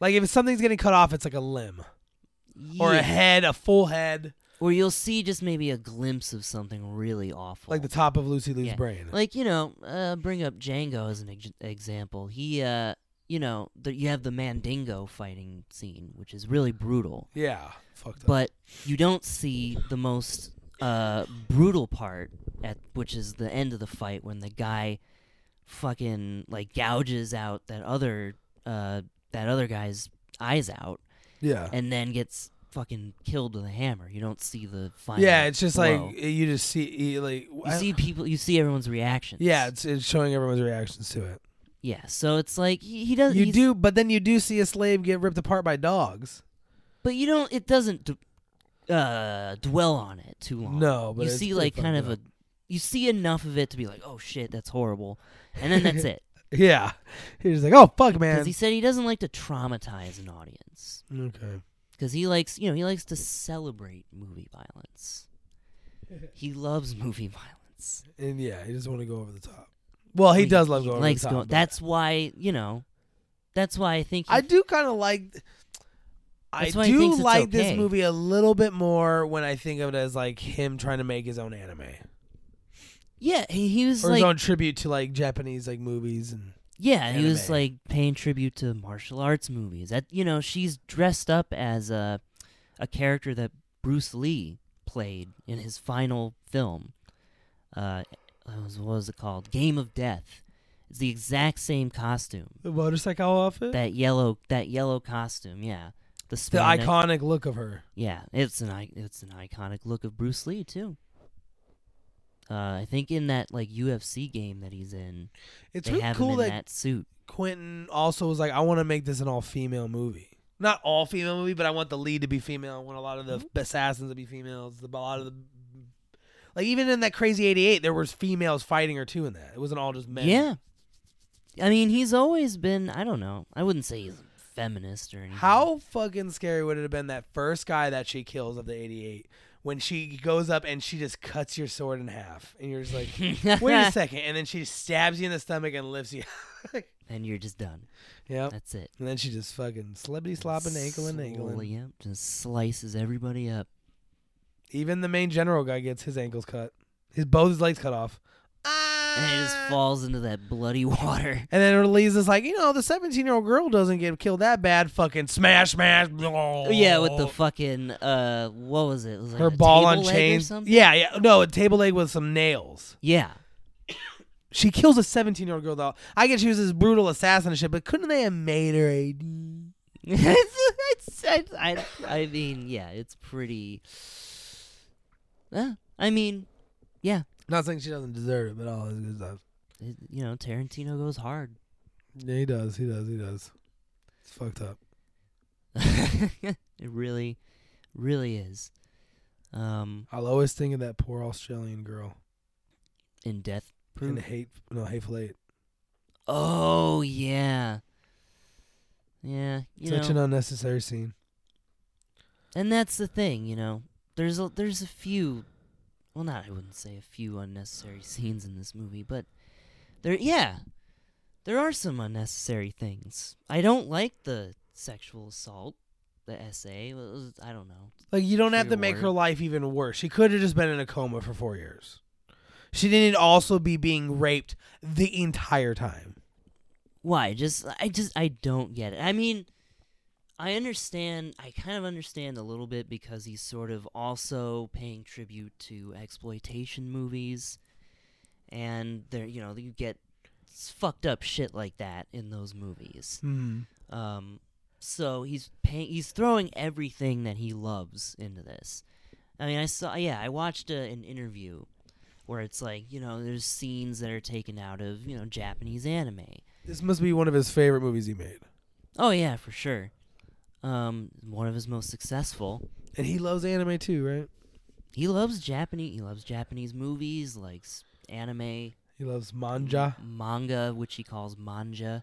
B: Like if something's getting cut off, it's like a limb or
A: yeah.
B: a head, a full head,
A: or you'll see just maybe a glimpse of something really awful.
B: like the top of Lucy Lou's
A: Yeah.
B: brain.
A: like you know, uh, bring up Django as an ex- example. He, uh, you know, the, you have the Mandingo fighting scene, which is really brutal,
B: yeah, fucked up.
A: but you don't see the most uh, brutal part at which is the end of the fight when the guy fucking like gouges out that other uh, that other guy's eyes out,
B: Yeah.
A: and then gets fucking killed with a hammer. You don't see the final.
B: Yeah, it's just
A: blow.
B: like eh, you just see you, like
A: you see people, you see everyone's reactions.
B: Yeah, it's it's showing everyone's reactions to it.
A: yeah. So it's like he, he does.
B: You
A: he's-
B: do, but then you do see a slave get ripped apart by dogs.
A: but you don't. It doesn't d- uh, dwell on it too long.
B: No, but
A: you
B: it's
A: see
B: pretty
A: like kind
B: fucked
A: of a, you see enough of it to be like, oh shit, that's horrible, and then that's it.
B: up. yeah. He's like, oh fuck, man.
A: Because he said he doesn't like to traumatize an audience.
B: okay.
A: Because he likes, you know, he likes to celebrate movie violence. He loves movie violence.
B: And yeah, he doesn't want to go over the top. Well, Oh, he
A: Well,
B: does love going over
A: likes
B: the top.
A: going-
B: but
A: that's why you know. That's why I think. He,
B: I do kind of like. I
A: That's why he
B: do
A: thinks it's
B: like
A: okay.
B: this movie a little bit more when I think of it as like him trying to make his own anime
A: yeah, he, he was
B: or
A: like,
B: his own tribute to like Japanese like movies and
A: yeah, he was
B: anime.
A: like paying tribute to martial arts movies. That you know, she's dressed up as a a character that Bruce Lee played in his final film. Uh, what was, what was it called? Game of Death. It's the exact same costume.
B: the motorcycle outfit.
A: That yellow, that yellow costume. Yeah, the
B: the
A: spandex-
B: iconic look of her.
A: Yeah, it's an i- it's an iconic look of Bruce Lee too. Uh, I think in that like UFC game that he's in,
B: It's
A: they
B: really
A: have him
B: cool
A: in
B: that
A: that, suit.
B: Quentin also was like, I want to make this an all female movie. Not all female movie, but I want the lead to be female. I want a lot of the assassins to be females. The, a lot of the like even in that Crazy Eighty Eight, there was females fighting her too in that. It wasn't all just men.
A: Yeah, I mean he's always been. I don't know. I wouldn't say he's a feminist or anything.
B: How fucking scary would it have been that first guy that she kills of the eighty eight when she goes up and she just cuts your sword in half and you're just like, wait a second, and then she stabs you in the stomach and lifts you.
A: and you're just done.
B: yep.
A: That's it.
B: And then she just fucking slippity slopping, ankle and ankle.
A: Slowly, Yep, just slices everybody up.
B: Even the main general guy gets his ankles cut. His both his legs cut off.
A: And he
B: Ah.
A: just falls into that bloody water.
B: And then Elise is like, you know, the seventeen year old girl doesn't get killed that bad. Fucking smash, smash.
A: Oh, Yeah, with the fucking uh, what was it? It was like
B: her
A: a
B: ball on
A: table leg or
B: chains.
A: something?
B: Yeah, yeah. No, a table leg with some nails.
A: yeah.
B: She kills a seventeen year old girl though. I get she was this brutal assassin and shit, but couldn't they have made her a D?
A: it's, it's, I, I mean, yeah, it's pretty. Uh, I mean,
B: Not saying she doesn't deserve it, but all his good stuff.
A: it, you know, Tarantino goes hard.
B: Yeah, he does. He does. He does. It's fucked up.
A: it really, really is. Um,
B: I'll always think of that poor Australian girl
A: in Death
B: in
A: Proof.
B: hate. No, hateful eight.
A: Oh yeah, yeah. You
B: Such
A: know,
B: an unnecessary scene.
A: and that's the thing. You know, there's a there's a few. Well, not I wouldn't say a few unnecessary scenes in this movie, but there, yeah, there are some unnecessary things. I don't like the sexual assault, the essay. It was- I don't know.
B: Like you don't have
A: Should've
B: to make her
A: worked.
B: life even worse. She could have just been in a coma for four years. She didn't also be being raped the entire time.
A: why just i just i don't get it i mean i understand i kind of understand a little bit because he's sort of also paying tribute to exploitation movies and there you know you get s- fucked up shit like that in those movies um so he's paying he's throwing everything that he loves into this i mean i saw yeah i watched a, an interview where it's like you know there's scenes that are taken out of you know japanese anime
B: This must be one of his favorite movies he made,
A: Oh yeah, for sure. Um, one of his most successful.
B: and he loves anime too, right?
A: He loves Japanese. He loves Japanese movies, like s- anime,
B: He loves manja.
A: manga, which he calls manja.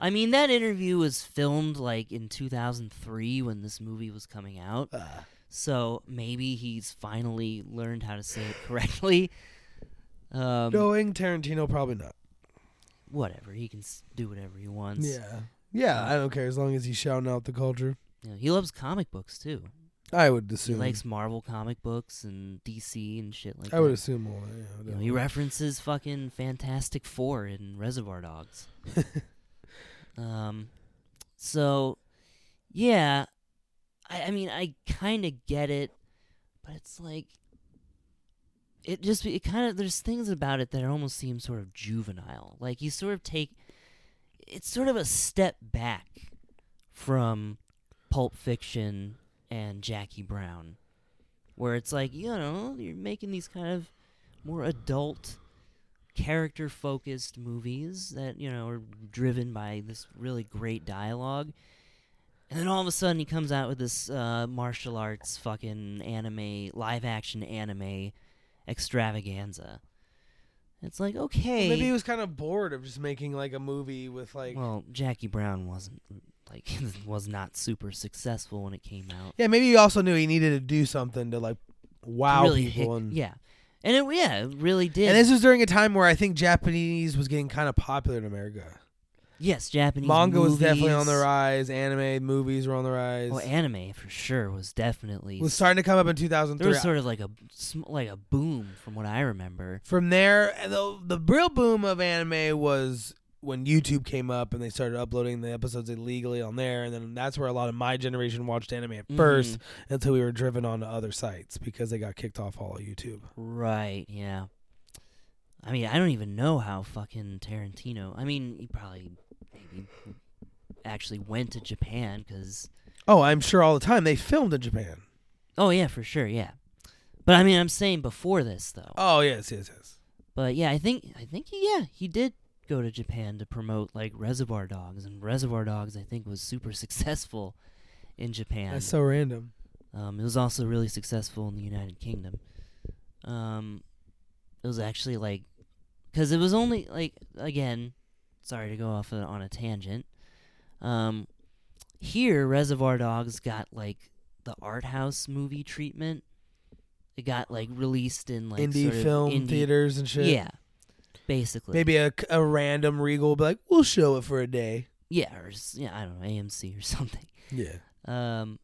A: I mean, that interview was filmed like in 2003 when this movie was coming out. So maybe he's finally learned how to say it correctly. Um,
B: Knowing Tarantino, probably not.
A: Whatever. He can s- do whatever he wants.
B: Yeah, yeah. I don't care as long as he's shouting out the culture.
A: You know, he loves comic books too.
B: I would
A: He
B: assume.
A: likes Marvel comic books and DC and shit like
B: I
A: that.
B: would assume all that. Yeah,
A: You know,
B: whatever.
A: he references fucking Fantastic Four in Reservoir Dogs. um, so yeah, I, I mean, I kind of get it, but it's like it just it kind of there's things about it that almost seem sort of juvenile. Like you sort of take it's sort of a step back from Pulp Fiction and Jackie Brown, where it's like you know you're making these kind of more adult, character focused movies that you know are driven by this really great dialogue, and then all of a sudden he comes out with this uh, martial arts fucking anime, live action anime extravaganza. It's like okay,
B: Maybe he was kind of bored of just making like a movie with like.
A: well, Jackie Brown wasn't like was not super successful when it came out.
B: yeah, maybe he also knew he needed to do something to like wow
A: really
B: people
A: hic-
B: and.
A: yeah, and it yeah it really did.
B: And this was during a time where I think Japanese was getting kind of popular in America.
A: yes, Japanese
B: Manga was definitely
A: movies- Oh,
B: on the rise. Anime movies were on the rise.
A: Well, anime for sure was definitely
B: was starting to come up in 2003.
A: there was sort of like a sm- like a boom from what I remember.
B: From there, the, the real boom of anime was when YouTube came up and they started uploading the episodes illegally on there. And then that's where a lot of my generation watched anime at first
A: Mhm.
B: until we were driven onto other sites because they got kicked off all of YouTube.
A: right? Yeah. I mean, I don't even know how fucking Tarantino. I mean, he probably maybe actually went to Japan because
B: Oh, I'm sure all the time they filmed in Japan.
A: oh yeah, for sure, yeah. But I mean, I'm saying before this though.
B: Oh, yes, yes, yes.
A: But yeah, I think I think he, yeah, he did go to Japan to promote like Reservoir Dogs, and Reservoir Dogs I think was super successful in Japan.
B: That's so random.
A: Um, it was also really successful in the United Kingdom. Um, it was actually like, because it was only like again, sorry to go off on- on a tangent. Um, here Reservoir Dogs got like the art house movie treatment. It got like released in like
B: indie
A: sort of
B: film
A: indie-
B: theaters and shit.
A: Yeah, basically.
B: Maybe a, a random Regal will be like, we'll show it for a day.
A: Yeah, or s- yeah, I don't know, AMC or something.
B: Yeah.
A: Um,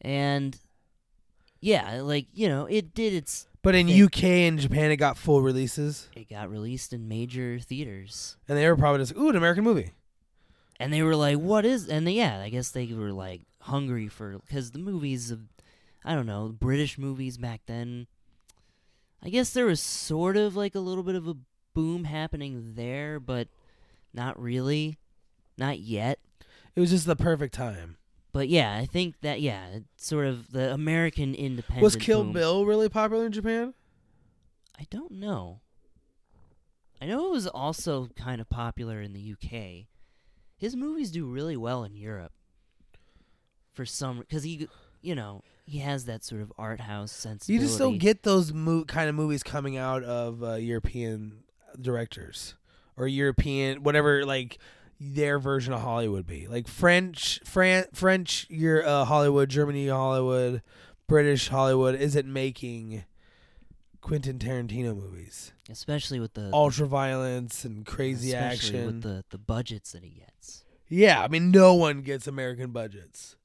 A: and yeah, like you know, it did its
B: But in
A: Thing.
B: UK and Japan, it got full releases.
A: it got released in major theaters
B: And they were probably just, ooh, an American movie.
A: and they were like what is and they, yeah i guess they were like hungry for because the movies of i don't know british movies back then i guess there was sort of like a little bit of a boom happening there but not really not yet
B: It was just the perfect time.
A: but yeah i think that yeah it's sort of the american independent
B: Was Kill
A: boom.
B: Bill really popular in Japan?
A: i don't know i know it was also kind of popular in the uk his movies do really well in Europe. For some, because he, you know, he has that sort of art house
B: You
A: sensibility.
B: just don't get those mo- kind of movies coming out of uh, European directors or European whatever like their version of Hollywood be like French Fran- French your uh, Hollywood Germany Hollywood British Hollywood isn't making Quentin Tarantino movies
A: especially with the
B: ultra violence and crazy
A: especially
B: action
A: with the the budgets that he gets.
B: Yeah, I mean, no one gets American budgets.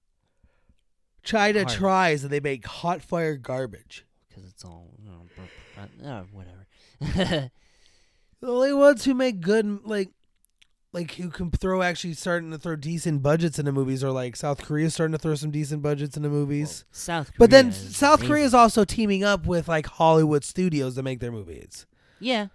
B: China
A: Hard.
B: tries and they make hot fire garbage.
A: Because it's all you know, br- br- uh, whatever.
B: The only ones who make good, like, like who can throw actually starting to throw decent budgets into movies are like South Korea starting to throw some decent budgets into movies.
A: South Korea,
B: but then
A: is
B: South
A: amazing.
B: Korea is also teaming up with like Hollywood studios to make their movies.
A: yeah.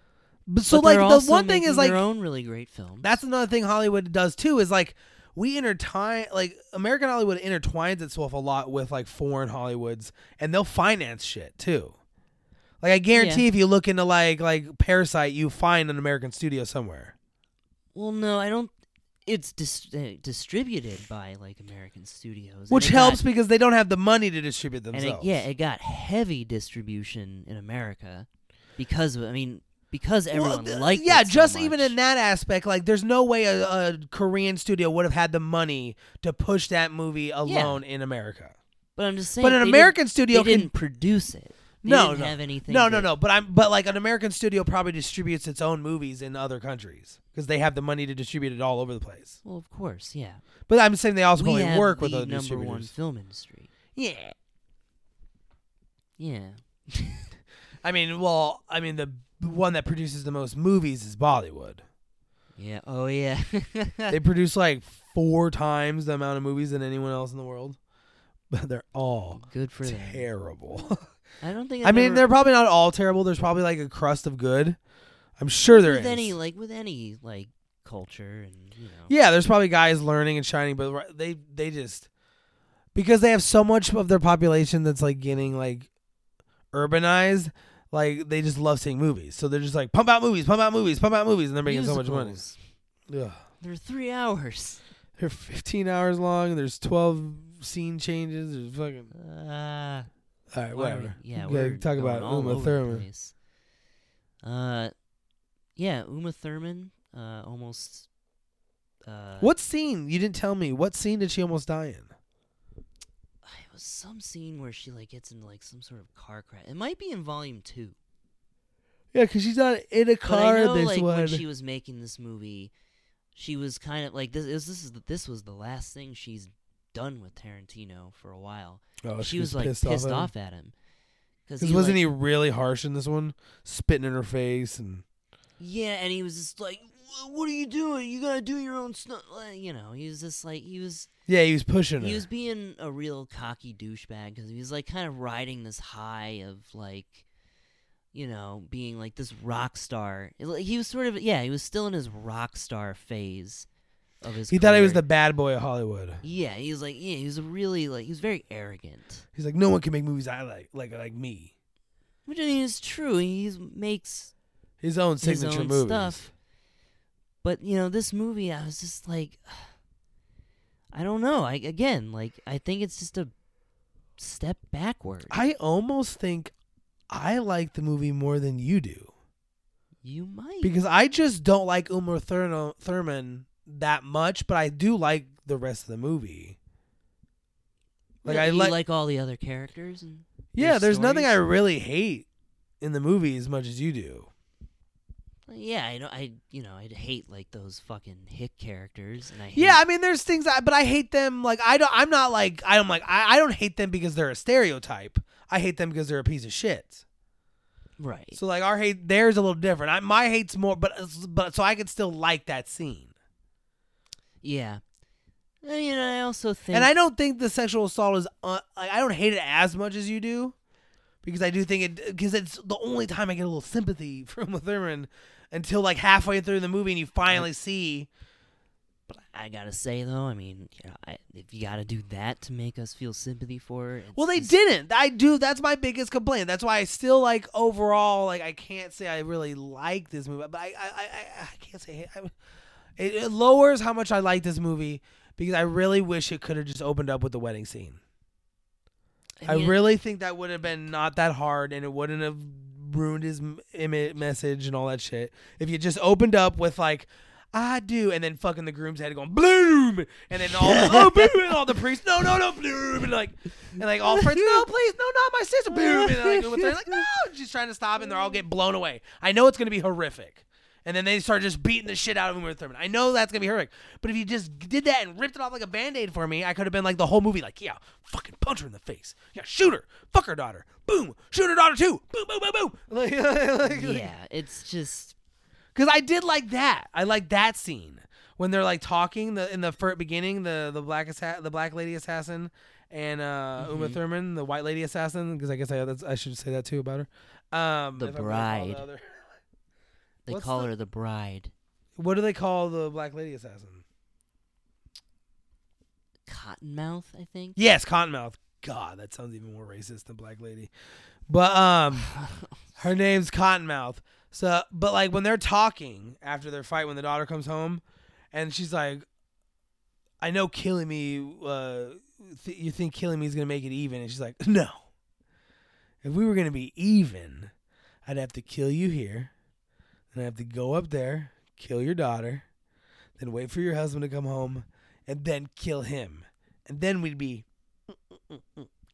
B: But so
A: but they're
B: like
A: also
B: the one thing
A: making
B: is like
A: their own really great film.
B: that's another thing Hollywood does too is like we intertwine like American Hollywood intertwines itself a lot with like foreign Hollywoods and they'll finance shit too. Like I guarantee
A: Yeah.
B: if you look into like like Parasite, you find an American studio somewhere.
A: well, no, I don't. It's dis- uh, distributed by like American studios, and
B: Which
A: it got-
B: helps because they don't have the money to distribute
A: and it,
B: themselves.
A: yeah, it got heavy distribution in America because of, I mean because
B: Well,
A: everyone
B: th-
A: liked
B: yeah,
A: it so
B: just even
A: much.
B: in that aspect, like there's no way a, a Korean studio would have had the money to push that movie alone in America.
A: But I'm just saying,
B: But an
A: they
B: American
A: didn't,
B: studio
A: they
B: can
A: didn't produce it. They
B: No,
A: didn't
B: no.
A: have anything.
B: No, no,
A: that-
B: no. But I'm but like an American studio probably distributes its own movies in other countries because they have the money to distribute it all over the place.
A: Well, of course, yeah.
B: But I'm saying they also
A: we
B: probably
A: have
B: work
A: the
B: with other
A: number
B: distributors.
A: one film industry.
B: Yeah,
A: Yeah,
B: I mean, well, I mean the one that produces the most movies is Bollywood.
A: yeah. Oh yeah.
B: they produce like four times the amount of movies than anyone else in the world, but they're all
A: Good for them.
B: terrible.
A: I don't think.
B: I
A: I've
B: mean,
A: ever-
B: they're probably not all terrible. There's probably like a crust of good. I'm sure there is.
A: with any like with any like culture and you know.
B: Yeah, there's probably guys learning and shining, but ri- they they just because they have so much of their population that's like getting like urbanized. Like they just love seeing movies, so they're just like pump out movies, pump out movies, pump out movies, and they're making so much money.
A: Musicals.
B: Ugh.
A: They're three hours.
B: They're 15 hours long. There's 12 scene changes. There's fucking
A: Uh, why
B: all right,
A: are we-
B: whatever.
A: yeah,
B: We
A: we're
B: gotta talk
A: going
B: about
A: all
B: Uma
A: over the
B: Thurman.
A: place. Uh, yeah, Uma Thurman. Uh, almost. Uh,
B: What scene? You didn't tell me. What scene did she almost die in?
A: It was some scene where she like gets into like some sort of car crash. It might be in volume two.
B: Yeah, because she's not in a
A: But
B: car
A: I know,
B: this
A: like,
B: one.
A: when she was making this movie, she was kind of like this. Is, this is the, this was the last thing she's done with Tarantino for a while.
B: oh,
A: she, was, like pissed, off, at him because
B: Because wasn't he really harsh in this one, spitting in her face and
A: Yeah, and he was just like, "Wh- "What are you doing? You gotta do your own stuff." You know, he was just like he was
B: yeah, he was pushing her.
A: he was being a real cocky douchebag because he was like kind of riding this high of like, you know, being like this rock star. It- like, He was sort of yeah, he was still in his rock star phase of his.
B: he thought he was the
A: career.
B: bad boy of Hollywood.
A: Yeah, he was like yeah, he was really like he was very arrogant,
B: He's like, no one can make movies I like, like like me.
A: which I mean is true. He makes
B: His own signature
A: his own
B: movies.
A: stuff. But you know, this movie, I was just like, I don't know. I again, like, I think it's just a step backward.
B: I almost think I like the movie more than you do
A: you might,
B: because I just don't like Uma Thurno- Thurman that much, but I do like the rest of the movie. Like
A: Yeah,
B: I
A: you
B: like,
A: like all the other characters. And
B: yeah. There's nothing I
A: stories.
B: really hate in the movie as much as you do.
A: yeah, I don't. I you know, I'd hate like those fucking hick characters, and I hate,
B: Yeah, I mean, there's things, I, but I hate them. Like I don't, I'm not like I'm like I, I don't hate them because they're a stereotype. I hate them because they're a piece of shit.
A: right.
B: So like our hate, theirs a little different. I, my hate's more, but but so I can still like that scene.
A: Yeah, and, you know, I also think,
B: And I don't think the sexual assault is uh, like I don't hate it as much as you do, because I do think it because it's the only time I get a little sympathy from Uma Thurman until like halfway through the movie and you finally see.
A: I gotta say though, I mean, you know, I, if you gotta do that to make us feel sympathy for her, it's
B: Well, they
A: just-
B: didn't. I do. That's my biggest complaint. That's why I still like overall like I can't say I really like this movie, but I I I, I- I can't say I, it, it lowers how much I like this movie because I really wish it could have just opened up with the wedding scene. I
A: mean,
B: really think that would have been not that hard, and it wouldn't have ruined his m- imi- message and all that shit. If you just opened up with like, "I do," and then fucking the groom's head going bloom, and then all the, oh boom, and all the priests, no, no, no, bloom, and like, and like all friends, no, please, no, not my sister, bloom, and like, and they're like, no, she's trying to stop, and they're all get blown away. I know it's gonna be horrific. And then they start just beating the shit out of Uma Thurman. I know that's gonna be horrific, but if you just did that and ripped it off like a band-aid for me, I could have been like the whole movie, like, yeah, fucking punch her in the face, yeah, shoot her, fuck her daughter, boom, shoot her daughter too, boom, boom, boom, boom. Like, like,
A: yeah, it's just
B: because I did like that. I like that scene when they're like talking the in the first beginning, the the black assa- the black lady assassin and uh,
A: Mm-hmm.
B: Uma Thurman, the white lady assassin. Because I guess I that's, I should say that too about her. Um,
A: The
B: if I'm gonna call
A: bride.
B: the other-
A: they
B: What's
A: call
B: the-
A: her the bride.
B: what do they call the black lady assassin?
A: Cottonmouth, I think.
B: Yes, Cottonmouth. God, that sounds even more racist than black lady. But um, her name's Cottonmouth. So, but like when they're talking after their fight, when the daughter comes home, and she's like, "I know killing me. Uh, th- you think killing me is gonna make it even?" And she's like, "No. If we were gonna be even, I'd have to kill you here, then I'd have to go up there, kill your daughter, then wait for your husband to come home, and then kill him, and then we'd be."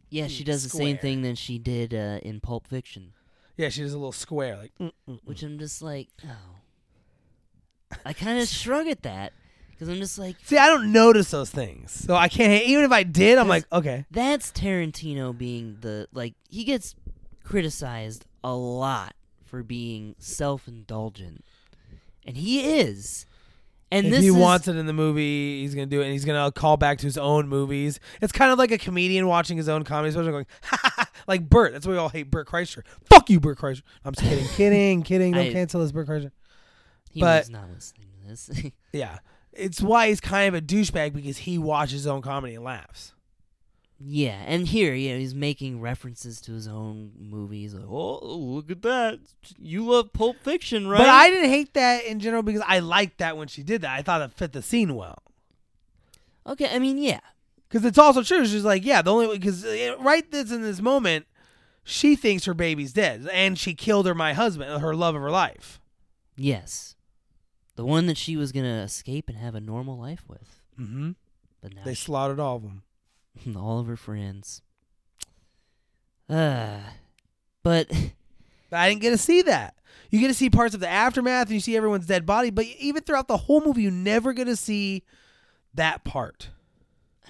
A: Yeah, she does the same
B: Square.
A: thing that she did uh, in Pulp Fiction,
B: Yeah, she does a little square, like. "Mm, mm, mm."
A: which I'm just like, oh.
B: Oh.
A: I kind of shrug at that because I'm just like,
B: See, I don't notice those things, so I can't. hate- Even if I did, I'm like, okay.
A: that's Tarantino being the like he gets criticized a lot for being self-indulgent, and he is. And
B: if
A: this
B: he
A: is,
B: wants it in the movie, he's gonna do it, and he's gonna uh, call back to his own movies. It's kind of like a comedian watching his own comedy special, going, like Bert. That's why we all hate Bert Kreischer. Fuck you, Bert Kreischer. I'm just kidding, kidding, kidding. Don't
A: I-
B: cancel us, Bert Kreischer.
A: he
B: but-
A: was not listening to this.
B: Yeah, it's why he's kind of a douchebag because he watches his own comedy and laughs.
A: Yeah, and here, yeah, he's making references to his own movies. Like, oh, look at that! You love Pulp Fiction, right?
B: But I didn't hate that in general because I liked that when she did that. I thought it fit the scene well.
A: okay, I mean, yeah,
B: Because it's also true. She's like, yeah, the only way, because right this in this moment, she thinks her baby's dead and she killed her, my husband, her love of her life.
A: yes, the one that she was gonna escape and have a normal life with,
B: Mm-hmm.
A: but now
B: They slaughtered all of them.
A: and all of her friends. Uh, but
B: But I didn't get to see that. You get to see parts of the aftermath and you see everyone's dead body, but even throughout the whole movie, you never get to see that part.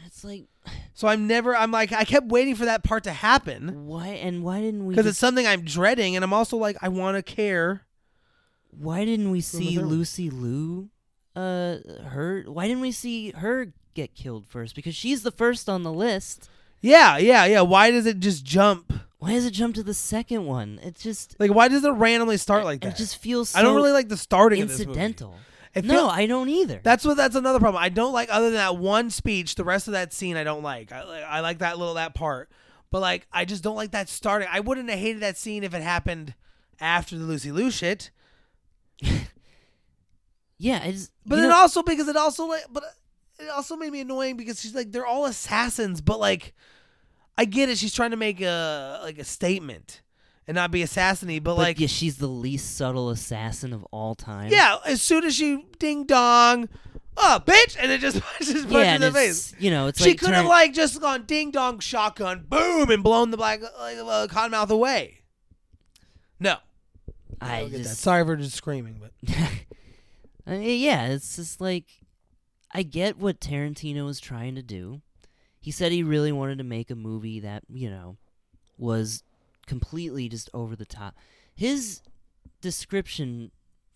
A: it's like,
B: So I'm never, I'm like, I kept waiting for that part to happen
A: why? And why didn't we?
B: because
A: just-
B: it's something I'm dreading. And I'm also like, I want to care.
A: Why didn't we see
B: third one.
A: Lucy Liu uh her why didn't we see her get killed first? Because she's the first on the list.
B: Yeah, yeah, yeah. Why does it just jump?
A: Why does it jump to the second one? It just
B: Like, why does it randomly start like that?
A: it just feels so
B: I don't really like the starting
A: incidental.
B: Of this movie. It
A: No,
B: feel-
A: I don't either.
B: that's what that's another problem. I don't like other than that one speech. The rest of that scene, I don't like. I, like- I like that little that part, but like I just don't like that starting. I wouldn't have hated that scene if it happened after the Lucy Lou shit.
A: yeah, it's
B: But then also because it also like, but uh, it also made me annoying because she's like they're all assassins, but like I get it. She's trying to make a like a statement and not be assassinated, but,
A: but
B: like
A: yeah, she's the least subtle assassin of all time.
B: Yeah, as soon as she ding dong, oh bitch, and it just just punches
A: Yeah,
B: in
A: and
B: the
A: it's,
B: face.
A: you know, it's
B: She
A: like
B: could have
A: turn-
B: like just gone ding dong shotgun, boom, and blown the black like, uh, cottonmouth away. No,
A: I
B: don't get that.
A: just
B: Sorry for just screaming, but
A: I mean, yeah, it's just like I get what Tarantino was trying to do. He said he really wanted to make a movie that, you know, was completely just over the top. His description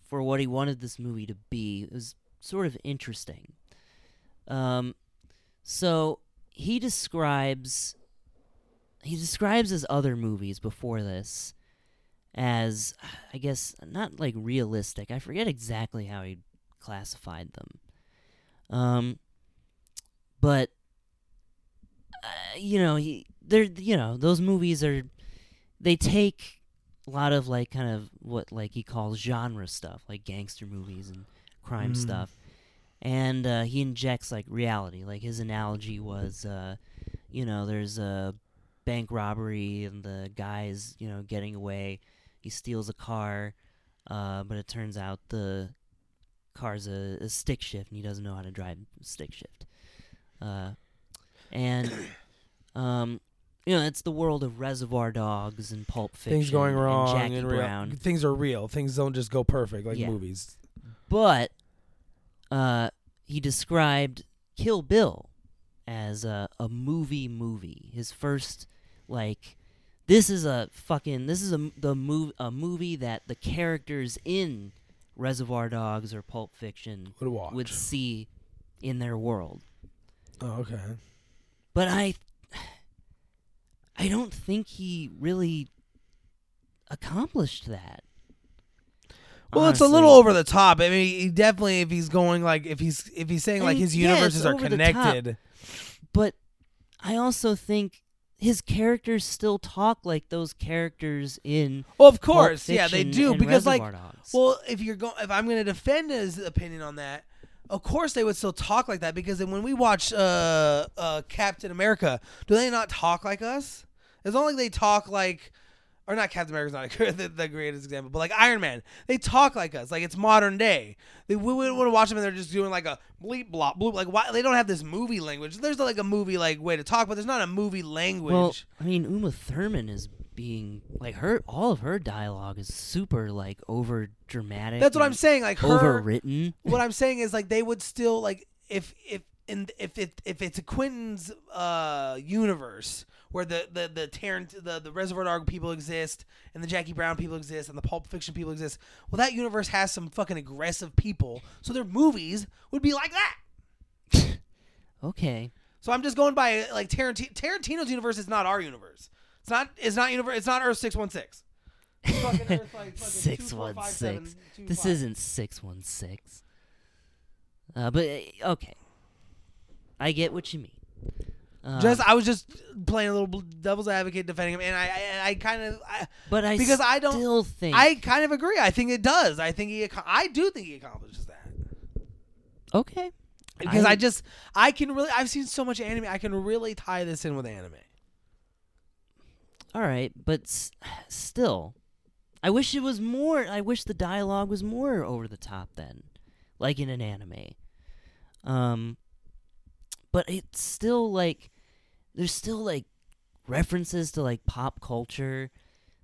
A: for what he wanted this movie to be was sort of interesting. Um so he describes he describes his other movies before this as I guess not like realistic. I forget exactly how he classified them. Um, but uh, you know, he they're you know those movies are they take a lot of like kind of what like he calls genre stuff, like gangster movies and crime
B: Mm.
A: stuff, and uh, he injects like reality. Like his analogy was, uh, you know, there's a bank robbery and the guy's you know getting away he steals a car, uh, but it turns out the car's a, a stick shift, and he doesn't know how to drive stick shift. Uh, and um, you know, it's the world of Reservoir Dogs and Pulp Fiction,
B: things going wrong.
A: and Jackie
B: and real-
A: Brown.
B: Things are real. Things don't just go perfect like
A: Yeah.
B: movies.
A: But uh, he described Kill Bill as a, a movie movie. His first like this is a fucking this is a m- the move a movie that the characters in Reservoir Dogs or Pulp Fiction
B: Would watch.
A: would see in their world.
B: oh, okay.
A: But I I don't think he really accomplished that.
B: Well, it's a
A: Honestly.
B: little over the top. I mean, he definitely if he's going like if he's if he's saying
A: I
B: like
A: mean,
B: his
A: yeah, it's
B: universes are
A: Mm, over the top.
B: connected.
A: but I also think his characters still talk like those characters in
B: Well, of
A: Pulp
B: course, yeah, they
A: Fiction
B: do
A: and
B: because like
A: Reservoir Dogs.
B: Well, if you're going, if I'm going to defend his opinion on that, of course they would still talk like that because then when we watch uh, uh, Captain America, do they not talk like us? It's not like they talk like, or not Captain America's not a, the, the greatest example, but like Iron Man, they talk like us, like it's modern day. They, we wouldn't want to watch them and they're just doing like a bleep blop bloop. Like why they don't have this movie language? There's like a movie like way to talk, but there's not a movie language.
A: well, I mean Uma Thurman is being like her all of her dialogue is super like over dramatic.
B: That's what I'm saying. Like her.
A: Overwritten.
B: what I'm saying is like they would still like if if in if it if it's a Quentin's uh universe where the the the Tarant the the Reservoir Dog people exist and the Jackie Brown people exist and the Pulp Fiction people exist, well that universe has some fucking aggressive people, so their movies would be like that.
A: Okay.
B: So I'm just going by like Tarantino. Tarantino's universe is not our universe. It's not. It's not universe. It's not Earth six one six.
A: Six one six. This isn't six one six. Uh, but uh, okay, I get what you mean. Um,
B: just I was just playing a little bl- devil's advocate, defending him, and I I, I kind of I,
A: but I
B: because I don't-
A: still think
B: I kind of agree. I think it does. I think he ac- I do think he accomplishes that
A: okay.
B: because I,
A: I-
B: just I can really I've seen so much anime. I can really tie this in with anime.
A: All right, but s- still, I wish it was more. I wish the dialogue was more over the top then, like in an anime. Um, but it's still like there's still like references to like pop culture.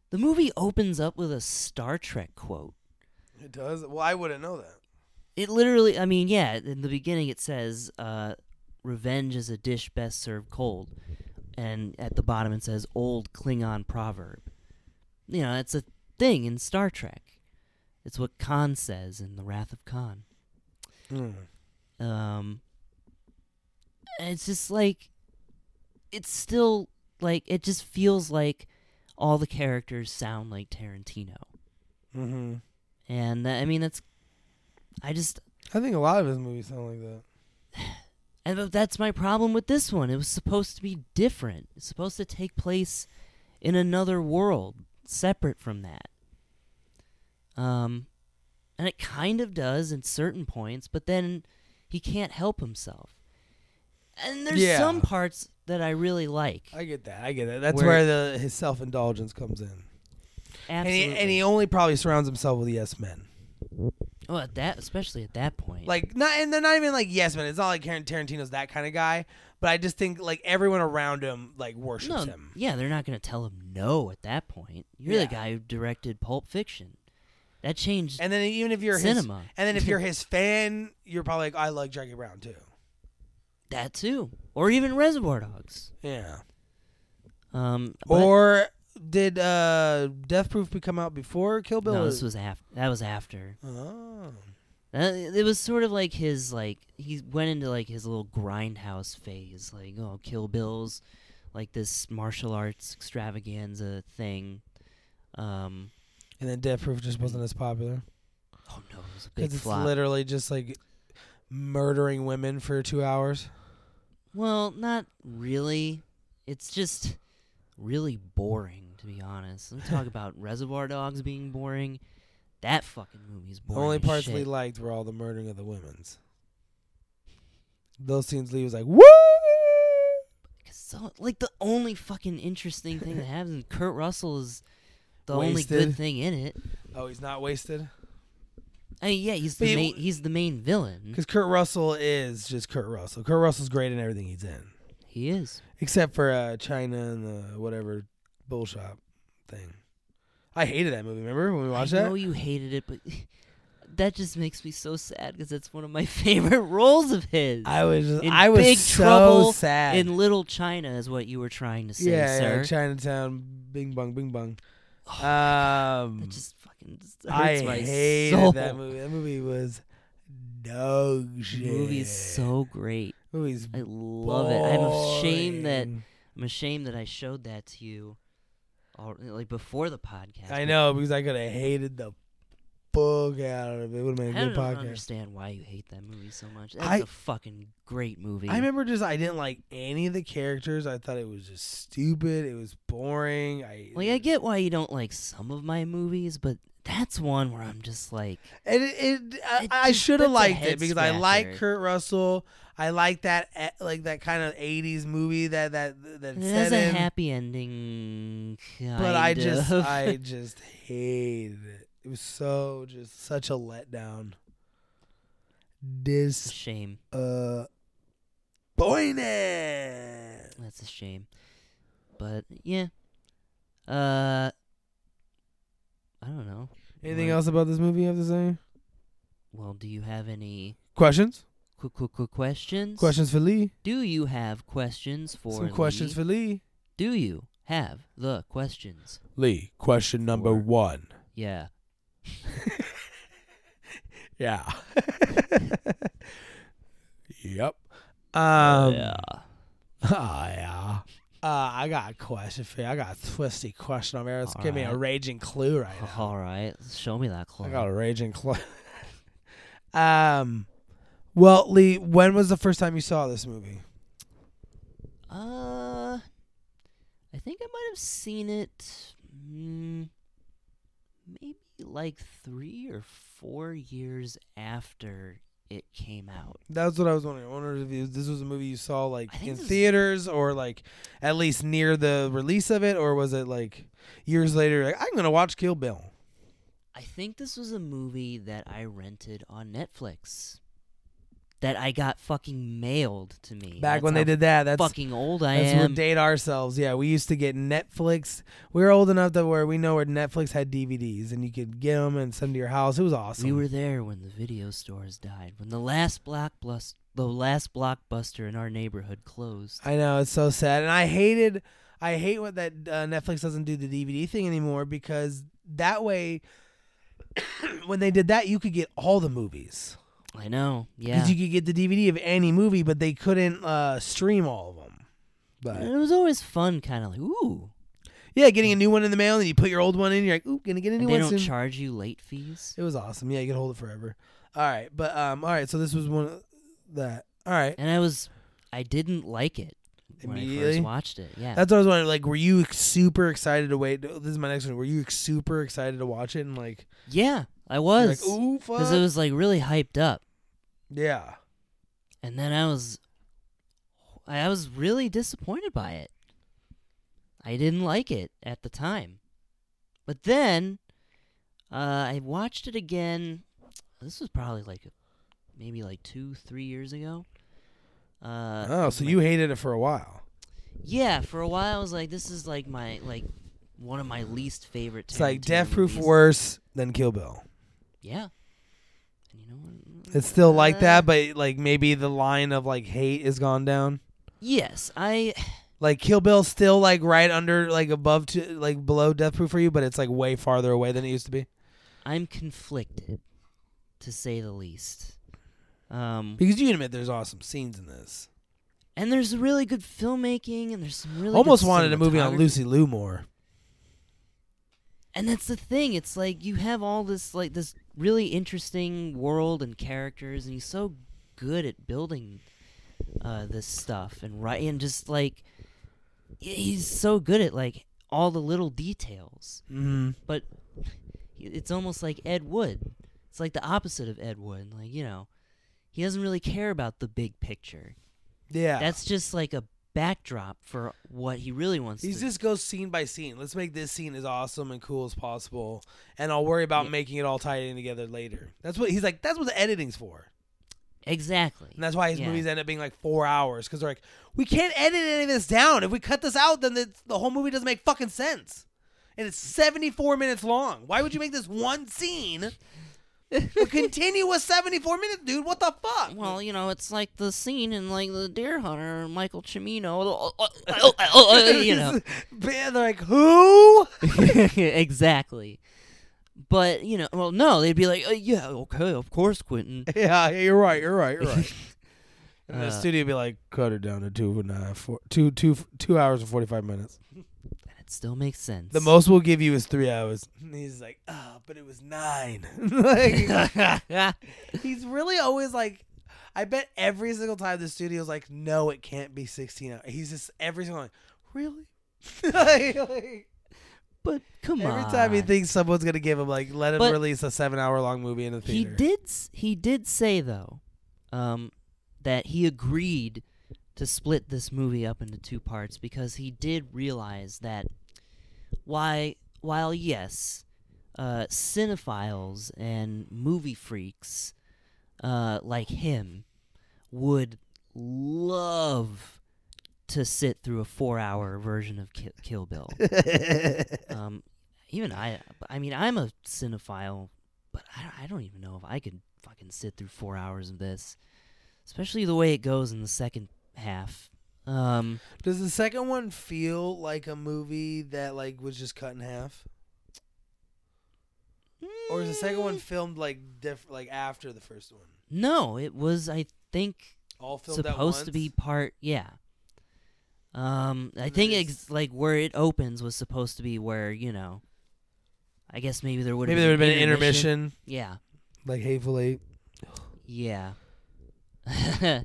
A: The movie opens up with a Star Trek quote.
B: It does. Well, I wouldn't know that.
A: It literally, I mean, yeah, in the beginning it says, uh, "Revenge is a dish best served cold," and at the bottom it says, "Old Klingon proverb." You know, it's a thing in Star Trek. It's what Khan says in The Wrath of Khan.
B: Mm-hmm.
A: Um, it's just like, it's still like it just feels like all the characters sound like Tarantino,
B: Mm-hmm.
A: and that, I mean that's, I just
B: I think a lot of his movies sound like that.
A: And but that's my problem with this one. It was supposed to be different. It's supposed to take place in another world, separate from that. Um, and it kind of does in certain points, but then he can't help himself. And there's
B: Yeah.
A: some parts that I really like.
B: I get that. I get that. That's where,
A: Where-
B: the his self indulgence comes in. And
A: Absolutely.
B: he, and he only probably surrounds himself with yes men.
A: oh, at that, especially at that point.
B: Like not and they're not even like yes men. It's not like Tar- Tarantino's that kind of guy. But I just think like everyone around him like worships
A: no,
B: him.
A: yeah, they're not going to tell him no at that point. You're
B: Yeah.
A: the guy who directed Pulp Fiction. That changed
B: And then even if you're
A: cinema.
B: his, and then if you're his fan, you're probably like I like Jackie Brown too.
A: That too, or even Reservoir Dogs.
B: Yeah.
A: Um, but-
B: Or did uh Death Proof come out before Kill Bill?
A: no, this was after. That was after.
B: Oh.
A: That, it was sort of like his like he went into like his little grindhouse phase, like oh Kill Bills, like this martial arts extravaganza thing. Um,
B: And then Death Proof just wasn't as popular
A: oh no, it was a big
B: because it's
A: flop.
B: literally just like murdering women for two hours.
A: well, not really. It's just really boring, to be honest. Let me talk about Reservoir Dogs being boring. That fucking movie's
B: The
A: boring.
B: only
A: as
B: parts
A: shit.
B: we liked were all the murdering of the women's. Those scenes Lee was like, "Woo!"
A: Cause so, like the only fucking interesting thing that happens, Kurt Russell is the only
B: Wasted.
A: good thing in it.
B: Oh, he's not wasted
A: I mean, yeah, he's
B: But
A: the
B: he-
A: main. He's the main villain.
B: because Kurt Russell is just Kurt Russell. Kurt Russell's great in everything he's in,
A: He is.
B: except for uh, China and the whatever bull shop thing. I hated that movie. Remember when we watched
A: I
B: that?
A: know you hated it, but that just makes me so sad because that's one of my favorite roles of his.
B: I was just,
A: In
B: I was
A: Big
B: so
A: Trouble
B: sad.
A: in Little China is what you were trying to say,
B: yeah,
A: sir. Oh,
B: yeah, Chinatown, Bing Bong, Bing Bong. Um,
A: that just fucking just hurts
B: I
A: my
B: hated
A: soul.
B: that movie. That movie was dog
A: The
B: shit.
A: movie is so great.
B: Movie's
A: I love it. I'm ashamed that
B: boring.
A: I'm ashamed that I showed that to you, al- like before the podcast.
B: I
A: but
B: know because I could have hated the fuck out of it. It would have
A: I
B: made a
A: don't
B: good podcast.
A: understand why you hate that movie so much. That's
B: I-
A: a fucking great movie.
B: I remember just I didn't like any of the characters. I thought it was just stupid. It was boring. I
A: like I get why you don't like some of my movies, but that's one where I'm just like,
B: And it, it, I,
A: It
B: I
A: just-
B: should have
A: that's a
B: liked
A: head
B: it because I like
A: scratcher.
B: Kurt Russell. I like that eh, like that kind of '80s movie that that that
A: it
B: set
A: has a
B: in.
A: happy ending.
B: but I
A: kind
B: just
A: of.
B: I just hated it. It was so just such a letdown.
A: It's a
B: Dis
A: shame.
B: uh,
A: That's a shame. But yeah, uh, I don't know.
B: Anything
A: Right.
B: else about this movie you have to say?
A: Well, do you have any
B: Questions?
A: quick, quick, quick questions?
B: Questions for Lee?
A: Do you have questions for
B: Some
A: Lee?
B: questions for Lee.
A: Do you have the questions?
B: Lee, question number
A: For-
B: one.
A: Yeah.
B: Yeah. yep. Um,
A: yeah.
B: Oh, yeah. Uh, I got a question for you. I got a twisty question over here. Let's
A: All
B: give me a
A: right.
B: raging clue right now.
A: All right. Show me that
B: I
A: clue.
B: got a raging clue. um, well, Lee, when was the first time you saw this movie?
A: Uh, I think I might have seen it, mm, maybe like three or four years after it came out.
B: That's what I was wondering. I wondered if it- this was a movie you saw
A: I
B: like
A: think
B: in
A: this-
B: theaters or like at least near the release of it, or was it like years later? Like, I'm gonna watch Kill Bill.
A: I think this was a movie that I rented on Netflix. That I got fucking mailed to me.
B: Back
A: That's
B: when they
A: how
B: did that, that's
A: fucking old I
B: that's
A: am.
B: we date ourselves. Yeah, we used to get Netflix. We were old enough that where we know where Netflix had DVDs, and you could get them and send 'em to your house. It was awesome.
A: We were there when the video stores died. When the last blockbuster, the last blockbuster in our neighborhood closed.
B: I know it's so sad, and I hated. I hate what that uh, Netflix doesn't do the DVD thing anymore because that way, when they did that, you could get all the movies
A: I know. Yeah.
B: because you could get the DVD of any movie, but they couldn't uh, stream all of them.
A: And
B: But
A: it was always fun, kind of like ooh.
B: yeah, getting a new one in the mail, and you put your old one in, you're like, ooh, gonna get a new
A: And they
B: one
A: don't
B: soon.
A: charge you late fees.
B: it was awesome. Yeah, you could hold it forever. All right, but um, all right. So this was one of that. All right.
A: And I was, I didn't like it when I
B: Immediately?
A: first watched it. Yeah.
B: That's what I was wondering. Like, were you super excited to wait? This is my next one. Were you super excited to watch it and like?
A: yeah, I
B: You're
A: was
B: like, ooh, fuck.
A: because it was like really hyped up,
B: yeah.
A: and then I was, I was really disappointed by it. I didn't like it at the time, but then, uh, I watched it again. This was probably like, maybe like two, three years ago. Uh,
B: oh,
A: of
B: so
A: my
B: you hated it for a while.
A: Yeah, for a while I was like, this is like my like one of my least favorite.
B: It's like
A: Tarantino
B: Death Proof
A: movies.
B: worse than Kill Bill.
A: Yeah. And you know what?
B: It's still like that,
A: Uh,
B: but like maybe the line of like hate is gone down.
A: yes, I
B: Like Kill Bill's still like right under like above to like below Death Proof for you, but it's like way farther away than it used to be
A: I'm conflicted, to say the least. Um,
B: because you can admit there's awesome scenes in this.
A: and there's really good filmmaking, and there's some really good
B: Almost wanted a movie on
A: cinematography.
B: Lucy Lou more.
A: And that's the thing. It's like you have all this like this really interesting world and characters, and he's so good at building uh, this stuff and right and just like he- he's so good at like all the little details.
B: Mm-hmm.
A: But it's almost like Ed Wood. It's like the opposite of Ed Wood. Like you know, he doesn't really care about the big picture.
B: Yeah,
A: That's just like a backdrop for what he really wants.
B: He's
A: to
B: just goes scene by scene. Let's make this scene as awesome and cool as possible, and I'll worry about
A: Yeah.
B: making it all tied in together later. That's what he's like. That's what the editing's for,
A: exactly.
B: and that's why his
A: Yeah.
B: movies end up being like four hours because they're like, we can't edit any of this down. If we cut this out, then the, the whole movie doesn't make fucking sense, and it's seventy four minutes long. Why would you make this one scene? a continuous 74 minutes, dude. What the fuck?
A: Well, you know, it's like the scene in like the Deer Hunter, Michael Cimino, uh, you know,
B: Man, they're like, who?
A: exactly. But you know, well, no, they'd be like, uh, yeah, okay, of course, Quentin.
B: Yeah, yeah, you're right. You're right. You're right. And the
A: Uh,
B: studio be like, cut it down to two and a half, four, two, two, two hours and forty five minutes.
A: And it still makes sense.
B: The most we'll give you is three hours. And he's like, ah, but it was nine. like, he's really always like, I bet every single time the studio's like, no, it can't be sixteen hours. He's just every single like, really. Like, like,
A: but come on.
B: every time he thinks someone's gonna give him like, let him
A: But-
B: release a seven hour long movie in the
A: he
B: theater.
A: did, s- he did say though, um, that he agreed to split this movie up into two parts because he did realize that why while yes uh, cinephiles and movie freaks uh, like him would love to sit through a four hour version of Ki- Kill Bill. um, even I, I mean, I'm a cinephile, but I, don't- I don't even know if I could fucking sit through four hours of this, especially the way it goes in the second half. Um,
B: Does the second one feel like a movie that like was just cut in half? Or is the second one
A: mm,
B: filmed like diff- like after the first one?
A: No, it was. I think
B: All filmed at
A: supposed to
B: once?
A: be part. Yeah. Um, I
B: And
A: think
B: then
A: ex- like where it opens was supposed to be where you know. I guess maybe there would
B: Maybe there would have been an intermission,
A: Yeah,
B: like Hateful Eight.
A: yeah.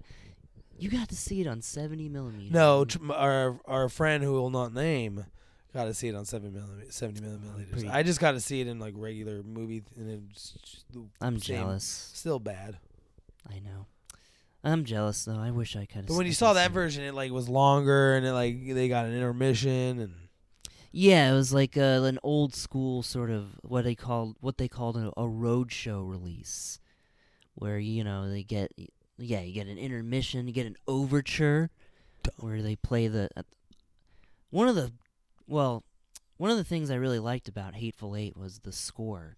A: You got to see it on 70 millimeter.
B: No, tr- our our friend who will not name got to see it on seven millimeter, seventy millimeters.
A: pretty-
B: I just got to see it in like regular movie, th- and it's just
A: I'm
B: shame.
A: jealous.
B: still bad.
A: I know. I'm jealous though. I wish I could.
B: But when you saw that version, it like was longer, and it like they got an intermission, and
A: yeah, it was like uh, an old school sort of what they called what they called a, a roadshow release, where you know they get yeah you get an intermission, you get an overture, where they play the uh, one of the well one of the things I really liked about Hateful Eight was the score.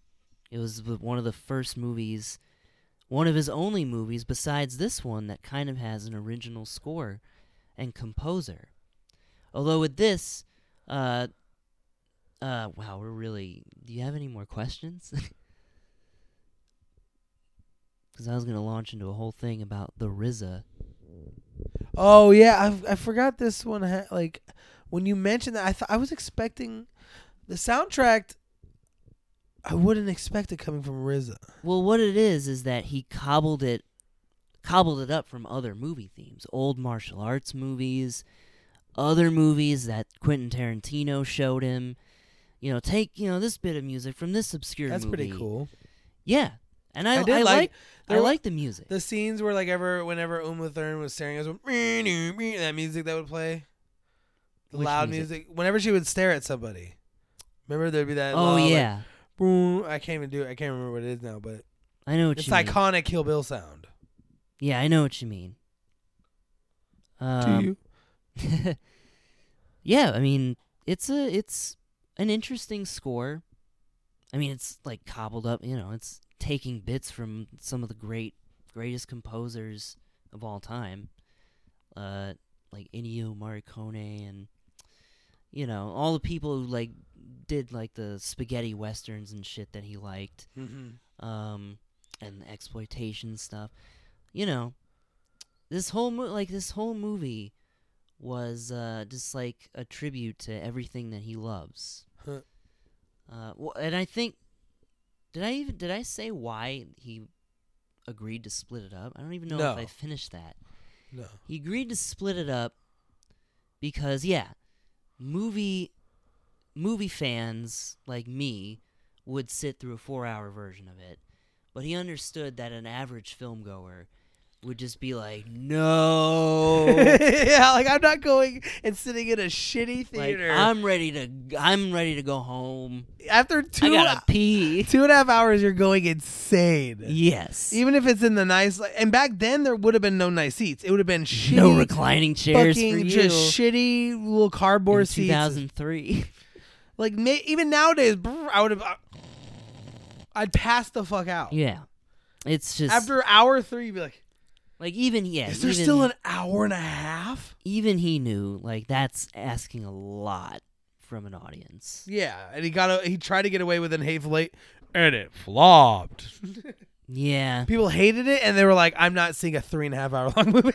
A: It was the- one of the first movies, one of his only movies besides this one that kind of has an original score and composer. Although with this, uh, uh, wow, we're really. Do you have any more questions? Because I was gonna launch into a whole thing about the RZA.
B: oh yeah, I I forgot this one. Ha- like when you mentioned that, I thought I was expecting the soundtrack. I wouldn't expect it coming from RZA.
A: Well, what it is is that he cobbled it, cobbled it up from other movie themes, old martial arts movies, other movies that Quentin Tarantino showed him. You know, take you know this bit of music from this obscure
B: That's
A: movie.
B: pretty cool.
A: Yeah, and I
B: I did
A: I
B: like-
A: like
B: there
A: I
B: were-
A: like the music.
B: The scenes where like ever whenever Uma Thurman was staring at someone, "Meh, nee, meh," that music that would play, the
A: Which
B: loud music?
A: music?
B: Whenever she would stare at somebody, remember there'd be that.
A: oh
B: loud, like,
A: yeah,
B: "Boom," I can't even do it. I can't remember what it is now, but
A: I know what
B: it's
A: you mean.
B: iconic Kill Bill sound.
A: Yeah, I know what you mean. Um, Uh-huh.
B: do you?
A: yeah, I mean it's a it's an interesting score. I mean it's like cobbled up, you know, it's taking bits from some of the great greatest composers of all time. Uh like Ennio Morricone and you know, all the people who like did like the spaghetti westerns and shit that he liked
B: Mm-hmm.
A: um, and the exploitation stuff. You know, this whole mo- like this whole movie was uh, just like a tribute to everything that he loves.
B: Huh.
A: Uh, wh- and I think did I even did I say why he agreed to split it up? I don't even know if
B: No.
A: I finished that.
B: No.
A: He agreed to split it up because yeah, movie movie fans like me would sit through a 4-hour version of it. But he understood that an average film goer would just be like, "No."
B: yeah, like I'm not going and sitting in a shitty
A: like,
B: theater
A: I'm ready to I'm ready to go home.
B: after
A: I
B: two
A: got to pee.
B: two and a half hours. You're going insane.
A: yes.
B: Even if it's in the nice, like, and back then there would have been no nice seats. It would have been shitty,
A: no reclining chairs for
B: fucking
A: you.
B: just shitty little
A: in
B: cardboard seats.
A: 2003.
B: Like ma- even nowadays, brr, I would have, uh, I'd pass the fuck out.
A: yeah. It's just
B: After hour three, you'd be like,
A: like even yeah,
B: is there
A: even-
B: still an hour and a half?
A: even he knew like that's asking a lot from an audience.
B: Yeah, and he got, a, he tried to get away with an hateful eight, and it flopped.
A: Yeah.
B: People hated it, and they were like, I'm not seeing a three and a half hour long movie.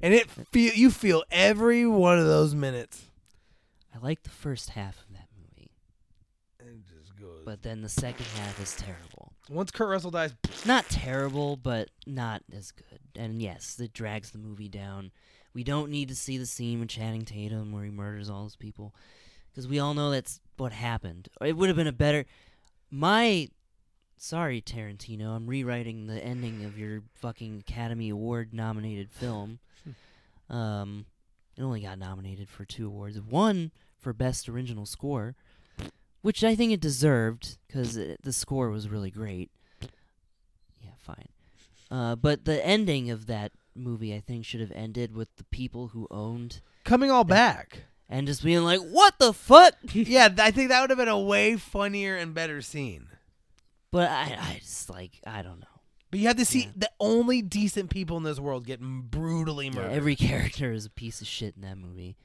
B: And it feel you feel every one of those minutes.
A: I like the first half of that movie,
B: It just goes.
A: but then the second half is terrible.
B: Once Kurt Russell dies,
A: Not terrible, but not as good. And yes, it drags the movie down. We don't need to see the scene with Channing Tatum where he murders all those people because we all know that's what happened. It would have been a better my sorry Tarantino, I'm rewriting the ending of your fucking Academy Award nominated film. Um, it only got nominated for two awards. One for best original score, which I think it deserved because the score was really great. Yeah, fine. Uh, but the ending of that movie, I think, should have ended with the people who owned
B: coming all back.
A: and just being like, "What the fuck."
B: yeah, th- I think that would have been a way funnier and better scene.
A: But I, I just like I don't know.
B: But you have to see
A: Yeah.
B: the only decent people in this world get m- brutally
A: Yeah,
B: murdered.
A: every character is a piece of shit in that movie.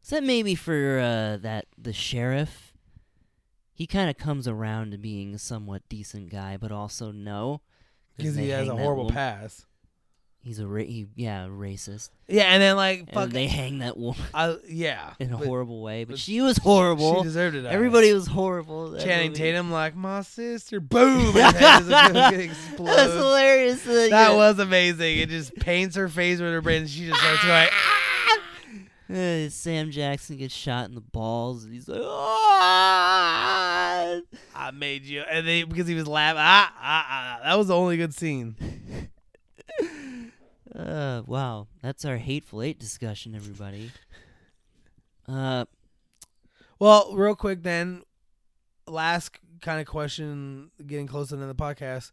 A: Except maybe for uh, that the sheriff. He kind of comes around to being a somewhat decent guy, but also no,
B: because
A: they
B: he has
A: hang
B: a
A: that
B: horrible
A: woman-
B: past.
A: He's a ra- he, yeah racist.
B: Yeah, and then like fuck,
A: And they hang that woman
B: I, yeah,
A: in a
B: but
A: horrible way, but
B: but
A: she was
B: She
A: horrible.
B: deserved it. I
A: Everybody was horrible.
B: think.
A: That
B: Channing
A: movie-
B: Tatum like my sister. Boom! And that just like, explodes.
A: That's hilarious. That,
B: That
A: yeah.
B: was amazing. It just paints her face with her brain. And she just starts going.
A: Uh, Sam Jackson gets shot in the balls, and he's like, "Ah!"
B: I made you, and they because he was laughing. Ah, ah, ah. That was the only good scene.
A: Uh, wow, that's our hateful eight discussion, everybody. Uh,
B: Well, real quick then, last kind of question, getting close to the end of the podcast.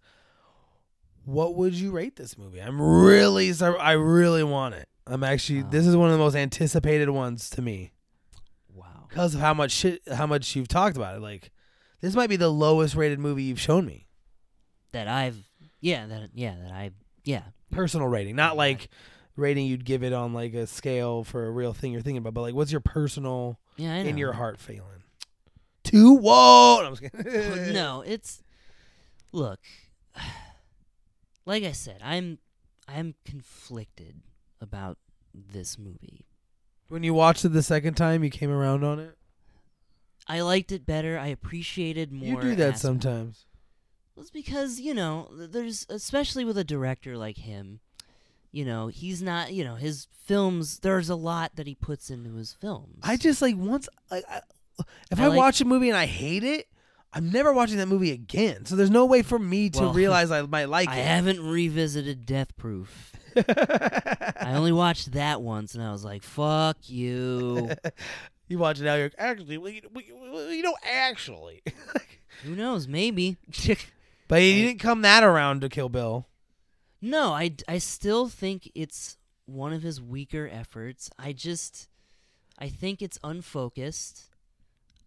B: What would you rate this movie? I'm really, sur- I really want it. I'm actually,
A: Wow.
B: this is one of the most anticipated ones to me
A: wow,
B: because of how much shit, how much you've talked about it. Like, this might be the lowest rated movie you've shown me.
A: that I've yeah that yeah that I yeah
B: Personal rating, not like rating you'd give it on like a scale for a real thing you're thinking about, but like, what's your personal
A: yeah I know.
B: in your heart feeling? Two, whoa! No, I'm just kidding.
A: no, it's look. Like I said, I'm I'm conflicted about this movie.
B: When you watched it the second time, you came around on it.
A: I liked it better. I appreciated more.
B: you do that
A: aspects.
B: sometimes.
A: It's because you know, th- there's especially with a director like him. You know, he's not. You know, his films. There's a lot that he puts into his films.
B: I just like once like I, if
A: I
B: I,
A: like-
B: watch a movie and I hate it, I'm never watching that movie again. So there's no way for me to
A: Well,
B: realize I might like
A: I
B: it.
A: haven't revisited Death Proof. I only watched that once, and I was like, "Fuck you."
B: you watch it now, you're like, actually, well, you, well, you- well, you know, actually.
A: Who knows? Maybe.
B: but you didn't come that around to Kill Bill.
A: No, I, d- I still think it's one of his weaker efforts. I just I think it's unfocused.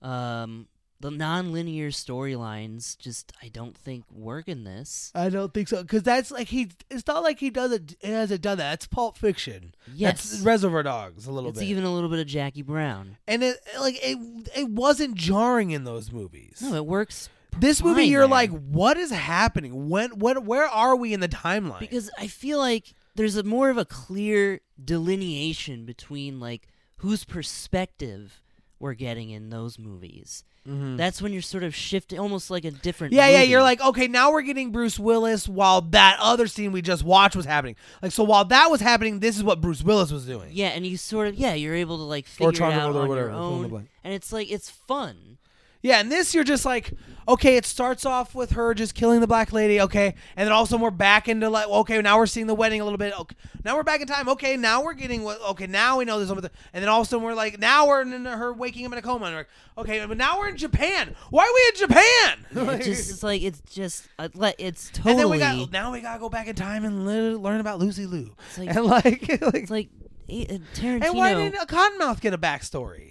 A: Um the non-linear storylines just I don't think work in this.
B: I don't think so, because that's like he. It's not like he does it. He hasn't done that. That's Pulp Fiction.
A: Yes.
B: Reservoir Dogs a little
A: it's even a little bit of Jackie Brown.
B: and it like it it wasn't jarring in those movies.
A: No, it works
B: this movie
A: fine
B: you're
A: then.
B: like, what is happening? When what where are we in the timeline?
A: because I feel like there's a more of a clear delineation between like whose perspective we're getting in those movies. That's when you're sort of shifting almost like a different
B: Mm-hmm. yeah, yeah,
A: movie.
B: you're like, okay, now we're getting Bruce Willis while that other scene we just watched was happening. Like, so while that was happening, this is what Bruce Willis was doing.
A: Yeah, and you sort of yeah, you're able to like figure it
B: Triangle
A: out
B: or
A: on
B: whatever,
A: your
B: fill in the
A: own,
B: blank.
A: and it's like it's fun.
B: Yeah, and this you're just like, okay, it starts off with her just killing the black lady, okay, and then all of a sudden we're back into like, okay, now we're seeing the wedding a little bit. Okay, now we're back in time. Okay, now we're getting what? Okay, now we know this. Over the, and then all of a sudden we're like, now we're in her waking up in a coma. And we're like, okay, but now we're in Japan. Why are we in Japan?
A: It just it's like it's just uh, like it's
B: and then
A: totally
B: we got now we gotta go back in time and le- learn about Lucy Lou.
A: It's like-
B: and like, like
A: it's like eh, uh, Tarantino.
B: and why didn't a Cottonmouth get a backstory?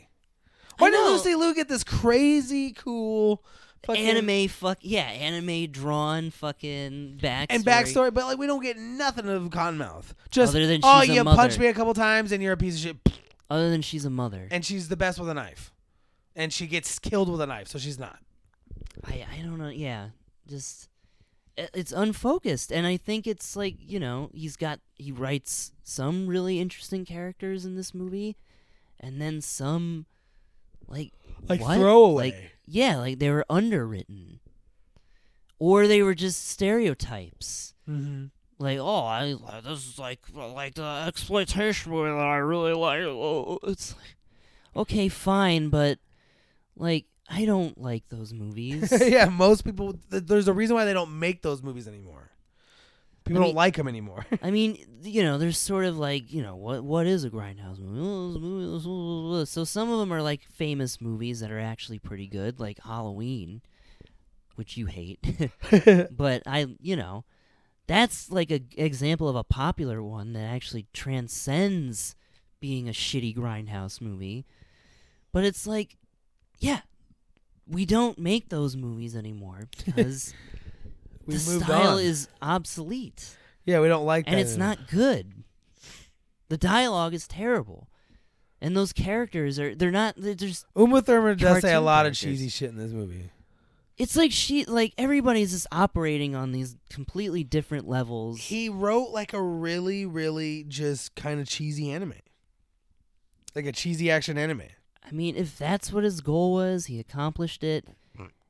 B: Why did
A: know.
B: Lucy Lou get this crazy cool? fucking-
A: anime fuck yeah anime drawn fucking backstory
B: and backstory, but like we don't get nothing of Cottonmouth. Just
A: Other than
B: oh,
A: she's a
B: you
A: mother."
B: punched me a couple times and you're a piece of shit.
A: Other than she's a mother,
B: And she's the best with a knife, and she gets killed with a knife, so she's not.
A: I I don't know. Yeah, just i- it's unfocused, and I think it's like you know he's got he writes some really interesting characters in this movie, and then some like
B: Like
A: what?
B: throwaway.
A: Like, yeah, like they were underwritten, or they were just stereotypes.
B: Mm-hmm.
A: Like oh, I uh, this is like like the exploitation movie that I really like. Oh, It's like okay, fine, but like I don't like those movies.
B: yeah, most people. th- There's a reason why they don't make those movies anymore. People
A: I
B: don't
A: mean-
B: like them anymore.
A: I mean, you know, there's sort of like, you know, what what is a grindhouse movie? Oh, it's a movie, it's a movie. So some of them are like famous movies that are actually pretty good, like Halloween, which you hate. but I, you know, that's like a g- example of a popular one that actually transcends being a shitty grindhouse movie. But it's like, yeah, we don't make those movies anymore because
B: we
A: the
B: moved
A: style
B: on.
A: is obsolete
B: yeah, we don't like that.
A: and it's
B: anymore.
A: not good. The dialogue is terrible, and those characters are—they're not. They're just
B: Uma Thurman does say a
A: cartoon
B: lot of
A: characters.
B: cheesy shit in this movie.
A: It's like she, like everybody's just operating on these completely different levels.
B: He wrote like a really, really just kind of cheesy anime, like a cheesy action anime.
A: I mean, if that's what his goal was, he accomplished it.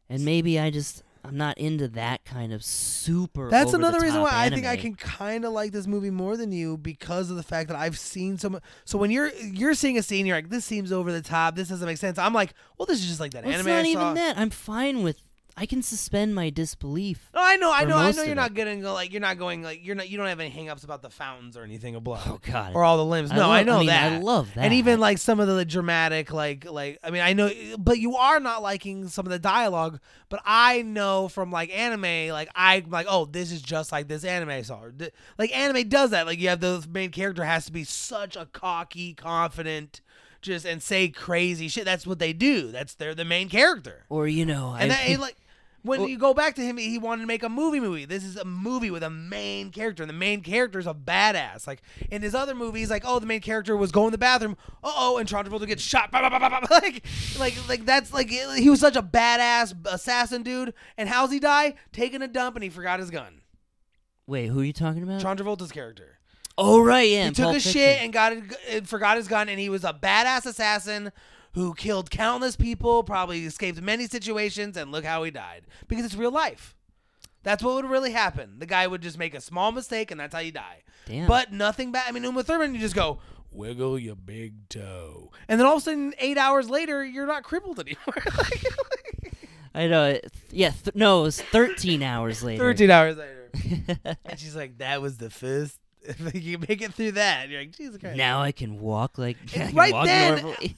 A: And maybe I just I'm not into that kind of super.
B: That's another reason why
A: over-the-top
B: I think I
A: anime.
B: can kind of like this movie more than you because of the fact that I've seen so much. So when you're you're seeing a scene, you're like, "This seems over the top. This doesn't make sense." I'm like, "Well, this is just like that
A: Well, it's
B: anime."
A: not
B: I
A: even
B: saw."
A: that. I'm fine with. I can suspend my disbelief.
B: No, Oh, I know, I
A: for
B: know, I
A: most
B: know.
A: of
B: You're
A: it.
B: not gonna go like you're not going like you're not you don't have any hangups about the fountains or anything of blood
A: Oh God.
B: or all the limbs.
A: I
B: No,
A: love-
B: I know
A: mean,
B: that.
A: I love that.
B: And even like some of the dramatic, like like I mean, I know, but you are not liking some of the dialogue. But I know from like anime, like I'm like, oh, this is just like this anime I saw. Or th- Like anime does that. Like you have the main character has to be such a cocky, confident, just and say crazy shit. That's what they do. That's they're the main character.
A: or you know,
B: And
A: I,
B: that, and, like when
A: Well-
B: you go back to him, he wanted to make a movie movie. This is a movie with a main character, and the main character is a badass. Like in his other movies, like oh, the main character was going to the bathroom, uh oh, and John Travolta gets shot. Bah, bah, bah, bah, bah. Like, like, like that's like he was such a badass assassin dude. And how's he die? Taking a dump, and he forgot his gun.
A: wait, who are you talking about?
B: John Travolta's character.
A: oh right, yeah.
B: He
A: in
B: took
A: Pulp
B: a
A: Fiction.
B: shit and got it, and forgot his gun, and he was a badass assassin who killed countless people, probably escaped many situations, and look how he died because it's real life. That's what would really happen. The guy would just make a small mistake, and that's how you die.
A: Damn.
B: But nothing bad. I mean, Uma Thurman, you just go wiggle your big toe, and then all of a sudden, eight hours later, you're not crippled anymore. Like,
A: I know. It, yeah. Th- no, it was 13 hours later.
B: Thirteen hours later, and she's like, "That was the first. you make it through that, you're like, Jesus Christ."
A: now I can walk like I can
B: right
A: walk
B: then,
A: normally.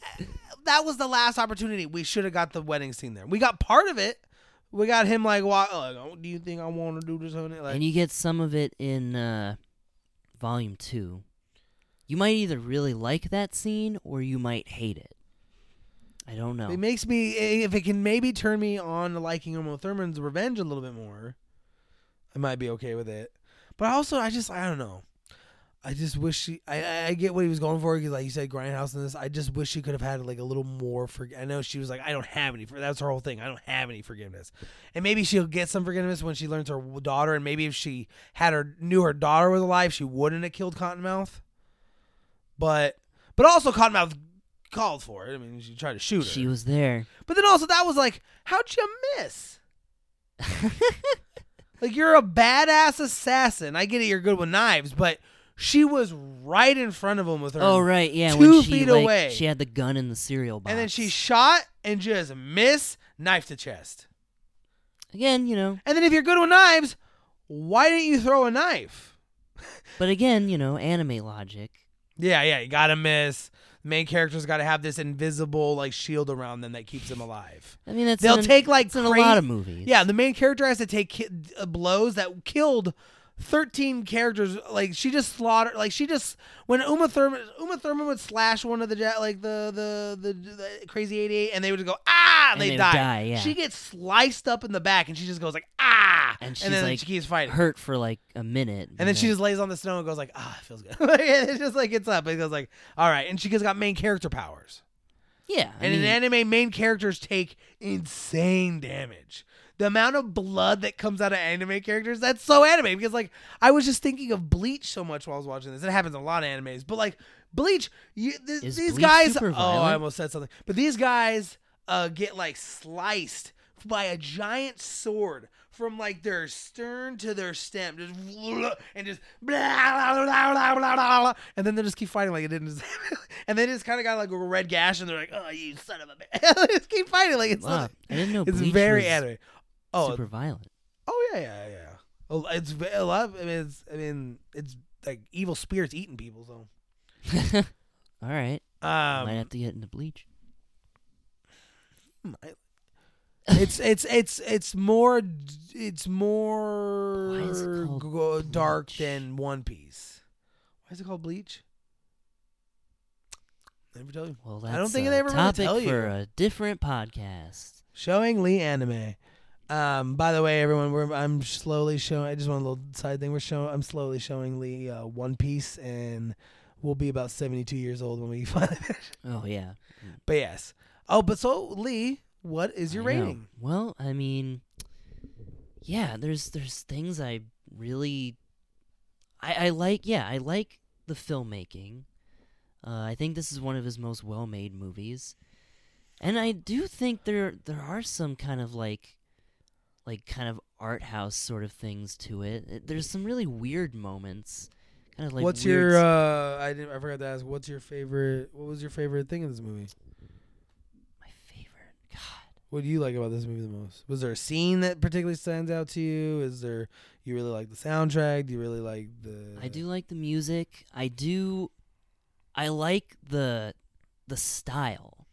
B: that was the last opportunity. We should have got the wedding scene there. We got part of it. We got him like, why, like oh, do you think I want to do this on it? Like,
A: and you get some of it in uh, volume two. You might either really like that scene or you might hate it. I don't know.
B: it makes me if it can maybe turn me on to liking Uma Thurman's Revenge a little bit more. I might be okay with it, but also I just I don't know. I just wish she. I- I, I get what he was going for because, like you said, Grindhouse and this. I just wish she could have had like a little more. For I know she was like, I don't have any. For that's her whole thing. I don't have any forgiveness, and maybe she'll get some forgiveness when she learns her w- daughter. And maybe if she had her knew her daughter was alive, she wouldn't have killed Cottonmouth. But but also Cottonmouth called for it. I mean, she tried to shoot her.
A: She was there.
B: But then also that was like, how'd you miss? Like you're a badass assassin. I get it, you're good with knives, but she was right in front of him with her.
A: oh right, yeah.
B: Two
A: when she,
B: feet
A: like,
B: away.
A: she had the gun in the cereal box.
B: and then she shot and just miss, knife to chest.
A: again, you know.
B: And then if you're good with knives, why didn't you throw a knife?
A: But again, you know, anime logic.
B: Yeah, yeah, you gotta miss. Main character's gotta have this invisible like shield around them that keeps them alive.
A: I mean, that's
B: They'll
A: in a-
B: take like
A: it's in
B: crazy-
A: a lot of movies.
B: Yeah, the main character has to take ki- uh, blows that killed 13 characters. Like she just slaughtered. Like she just when Uma Thurman Uma Thurman would slash one of the ja- like the the the, the crazy 88, and they would go ah,
A: And
B: and, they
A: they would
B: die.
A: die, yeah.
B: She gets sliced up in the back, and she just goes like ah,
A: And she's,
B: then
A: like,
B: she keeps fighting.
A: hurt for like a minute.
B: and then she just lays on the snow and goes like, ah, it feels good. and it's just like it's up. It goes like, all right. And she has got main character powers.
A: yeah. I
B: And
A: mean,
B: in anime, main characters take insane damage. The amount of blood that comes out of anime characters, that's so anime. Because, like, I was just thinking of Bleach so much while I was watching this. It happens in a lot of animes. But, like, Bleach, you, th-
A: Is
B: these
A: Bleach
B: guys.
A: super
B: oh, I
A: violent?
B: almost said something. But these guys uh, get, like, sliced by a giant sword from, like, their stern to their stem. Just. And just. Blah, blah, blah, blah, blah, blah, blah. And then they just keep fighting like it didn't. and they just kind of got like a red gash, and they're like, "Oh, you son of a bitch!" just keep fighting like it's.
A: wow,
B: not-
A: I didn't know
B: it's
A: Bleach
B: very
A: was
B: anime. Oh,
A: super violent.
B: oh yeah, yeah, yeah. Well, It's ve- a lot. Of, I mean, it's, I mean, it's like evil spirits eating people. So,
A: All right,
B: um,
A: might have to get into Bleach.
B: might- it's it's it's it's more it's more
A: Why is it called
B: go- dark
A: Bleach?
B: than One Piece. Why is it called Bleach? Never tell you.
A: Well, that's
B: I don't think
A: a
B: they ever really
A: topic
B: tell you.
A: for a different podcast.
B: Showing Lee anime. Um, by the way, everyone, we're, I'm slowly showing. I just want a little side thing. We're showing. I'm slowly showing Lee uh, One Piece, and we'll be about 72 years old when we finally. finish.
A: Oh yeah,
B: but yes. Oh, but so Lee, What is your
A: I know.
B: rating?
A: Well, I mean, yeah, there's there's things I really, I I like. Yeah, I like the filmmaking. Uh, I think this is one of his most well-made movies, and I do think there there are some kind of like, like kind of art house sort of things to it. It- There's some really weird moments, kind of like
B: what's
A: weird
B: your? Uh, I didn't. I forgot to ask. What's your favorite? What was your favorite thing in this movie?
A: my favorite. God,
B: What do you like about this movie the most? Was there a scene that particularly stands out to you? Is there you really like the soundtrack? Do you really like the?
A: I do like the music. I do. I like the the style.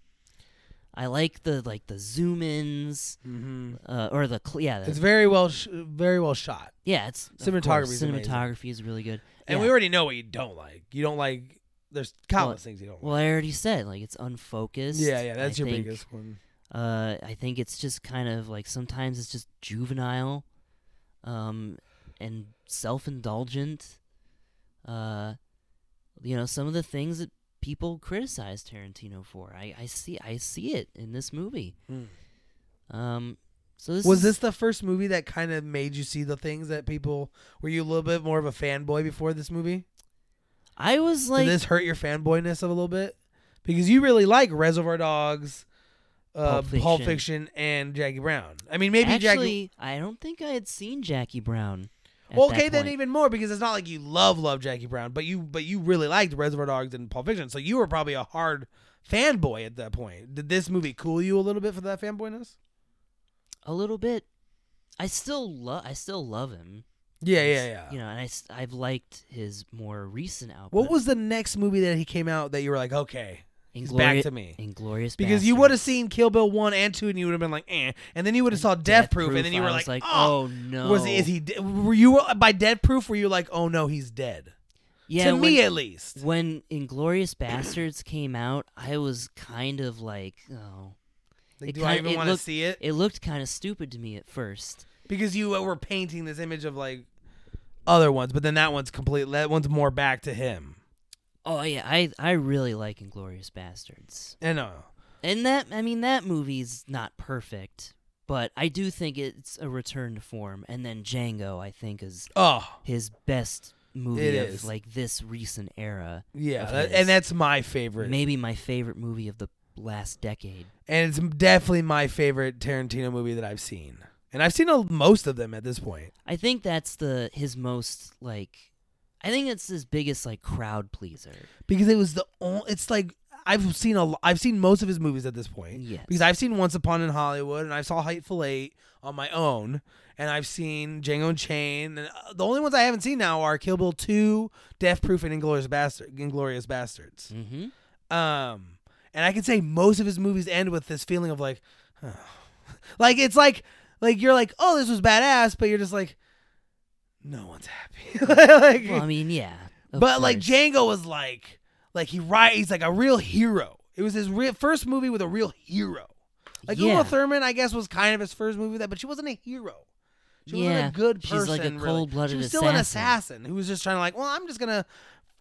A: I like the like the zoom ins
B: Mm-hmm.
A: uh, or the cl- yeah the,
B: It's very well, sh- very well shot,
A: yeah it's of course,
B: cinematography's amazing.
A: cinematography is really good.
B: and
A: Yeah.
B: we already know what you don't like. You don't like. There's countless things you don't
A: Well,
B: like.
A: I already said like it's unfocused.
B: Yeah, yeah,
A: I
B: that's your
A: think,
B: biggest one.
A: Uh, I think it's just kind of like sometimes it's just juvenile, um, and self indulgent. Uh, you know some of the things that people criticize Tarantino for. I, I see I see it in this movie.
B: Hmm.
A: Um, so this
B: Was
A: is-
B: this the first movie that kind of made you see the things that people were you a little bit more of a fanboy before this movie?
A: I was like
B: Did this hurt your fanboyness a little bit? Because you really like Reservoir Dogs, uh, Pulp,
A: Pulp
B: Fiction.
A: Fiction.
B: and Jackie Brown. I mean, maybe Jackie.
A: actually I don't think I had seen Jackie Brown. at
B: Well,
A: that
B: okay, then
A: point.
B: even more because it's not like you love love Jackie Brown, but you but you really liked Reservoir Dogs and Pulp Fiction, so you were probably a hard fanboy at that point. Did this movie cool you a little bit for that fanboyness?
A: a little bit. I still love I still love him.
B: Yeah,
A: It's-
B: yeah, yeah.
A: You know, and I s- I've liked his more recent output.
B: What was the next movie that he came out that you were like, okay, he's back
A: Inglori-
B: to me?
A: Inglorious
B: Because you would have seen Kill Bill one and two, and you would have been like, eh, and then you would have saw Death, Proof, and then you were
A: I was like,
B: oh,
A: oh, no.
B: was is he? De- were you uh, by Dead Proof? Were you like, oh no, he's dead?
A: yeah,
B: to
A: when,
B: me at least.
A: when Inglorious Bastards came out, I was kind of like, oh,
B: Like,
A: it
B: do I
A: kinda-
B: even
A: it
B: want to
A: looked-
B: see it?
A: it looked kind of stupid to me at first.
B: Because you uh, were painting this image of like other ones, but then that one's complete. That one's more back to him.
A: Oh yeah, I I really like Inglorious Bastards,
B: I know.
A: and that I mean that movie's not perfect, but I do think it's a return to form. And then Django, I think, is
B: Oh
A: his best movie
B: It
A: of
B: is.
A: like this recent era.
B: yeah,
A: Of
B: that-
A: his.
B: and that's my favorite,
A: Maybe my favorite movie of the last decade.
B: and it's definitely my favorite Tarantino movie that I've seen, and I've seen a, most of them at this point.
A: I think that's the his most like I think it's his biggest like crowd pleaser.
B: because it was the only. It's like I've seen a. lo- I've seen most of his movies at this point
A: Yes.
B: because I've seen Once Upon in Hollywood and I saw Hateful Eight on my own, and I've seen Django and Chain. And uh, the only ones I haven't seen now are Kill Bill Two, Death Proof, and Inglorious Bastard, Inglorious Bastards.
A: mm-hmm.
B: Um, and I can say most of his movies end with this feeling of like, huh. like it's like like you're like, oh, this was badass, but you're just like, no one's happy. like,
A: Well, I mean, yeah. of
B: but like
A: course.
B: Django was like, like he right, he's like a real hero. It was his real, first movie with a real hero. Like
A: Yeah.
B: Uma Thurman, I guess, was kind of his first movie with that, but she wasn't a hero. She wasn't
A: Yeah.
B: a good person.
A: She's like a
B: really.
A: cold-blooded
B: She was still an
A: assassin.
B: assassin who was just trying to like, well, I'm just gonna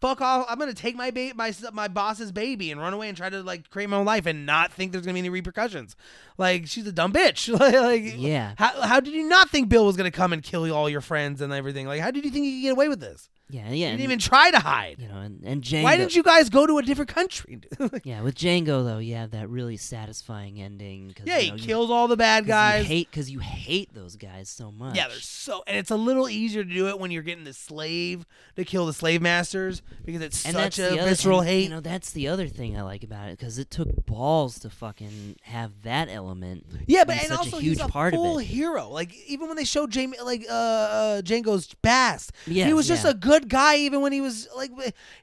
B: fuck off. I'm gonna take my ba- my my boss's baby and run away and try to like create my own life and not think there's gonna be any repercussions. Like she's a dumb bitch. like, like,
A: Yeah.
B: How how did you not think Bill was gonna come and kill all your friends and everything? Like how did you think you could get away with this?
A: yeah, yeah,
B: You
A: and,
B: didn't even try to hide.
A: you know, and, and Django.
B: Why didn't you guys go to a different country?
A: Yeah, with Django though, you have that really satisfying ending. Cause,
B: yeah,
A: you
B: he
A: know, you-
B: kills all the bad
A: 'cause
B: guys.
A: You hate because you hate those guys so much.
B: yeah, they're so, and it's a little easier to do it when you're getting the slave to kill the slave masters because it's
A: and
B: such
A: that's
B: a
A: the other,
B: visceral
A: and,
B: hate.
A: You know, that's the other thing I like about it because it took balls to fucking have that element.
B: yeah, but
A: be
B: and
A: such
B: also
A: a huge
B: he's a
A: part
B: full
A: of it.
B: hero. Like even when they showed Jamie, like uh, uh Django's past, he
A: Yeah,
B: was just
A: yeah.
B: a good guy. Even when he was like,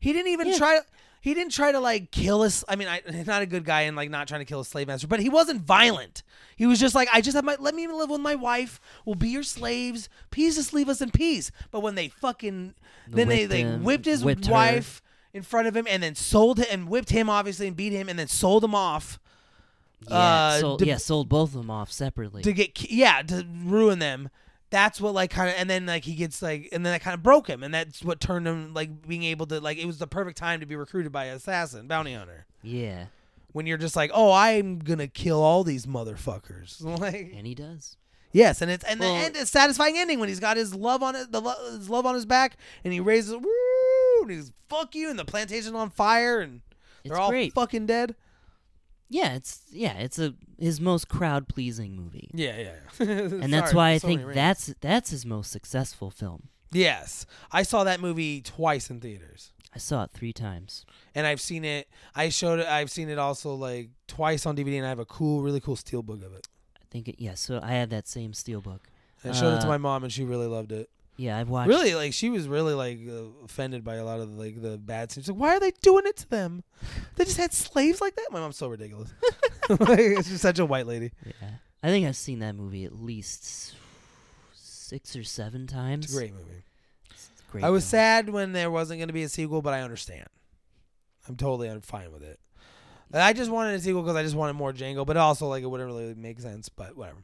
B: he didn't even
A: Yeah.
B: try. He didn't try to like kill us. I mean, I, not a good guy and like not trying to kill a slave master, but he wasn't violent. He was just like, I just have my let me live with my wife. We'll be your slaves. Please just leave us in peace. But when they fucking then they
A: Whipped
B: they
A: him,
B: whipped his
A: whipped her.
B: wife in front of him and then sold him and whipped him obviously and beat him and then sold him off
A: Yeah,
B: Uh,
A: sold,
B: dep-
A: yeah, sold both of them off separately.
B: to get ki- yeah to ruin them that's what like kind of and then like he gets like and then that kind of broke him and that's what turned him like being able to like it was the perfect time to be recruited by an assassin bounty hunter
A: yeah.
B: when you're just like, oh, I'm gonna kill all these motherfuckers. Like,
A: And he does.
B: yes, and it's and
A: Well-
B: the end is satisfying ending when he's got his love on it, the lo- his love on his back, and he raises woo, and he's fuck you, and the plantation's on fire, and
A: It's
B: they're all
A: great.
B: fucking dead.
A: yeah, it's yeah, it's a his most crowd pleasing movie.
B: Yeah, yeah. yeah.
A: And that's why I think that's that's his most successful film.
B: Yes, I saw that movie twice in theaters.
A: I saw it three times.
B: and I've seen it. I showed it. I've seen it also like twice on DVD, and I have a cool, really cool steelbook of it.
A: I think it yeah, so I had that same steelbook.
B: I showed it to
A: Uh,
B: my mom, and she really loved it.
A: Yeah, I've watched
B: Really, like she was really like uh, offended by a lot of like the bad scenes. Like, why are they doing it to them? They just had slaves like that. My mom's so ridiculous. like, she's such a white lady.
A: Yeah. I think I've seen that movie at least s- six or seven times.
B: It's a great movie.
A: It's a great
B: I was
A: film.
B: sad when there wasn't going to be a sequel, but I understand. I'm totally I'm fine with it. And I just wanted a sequel because I just wanted more Django, but also like it wouldn't really make sense. But whatever.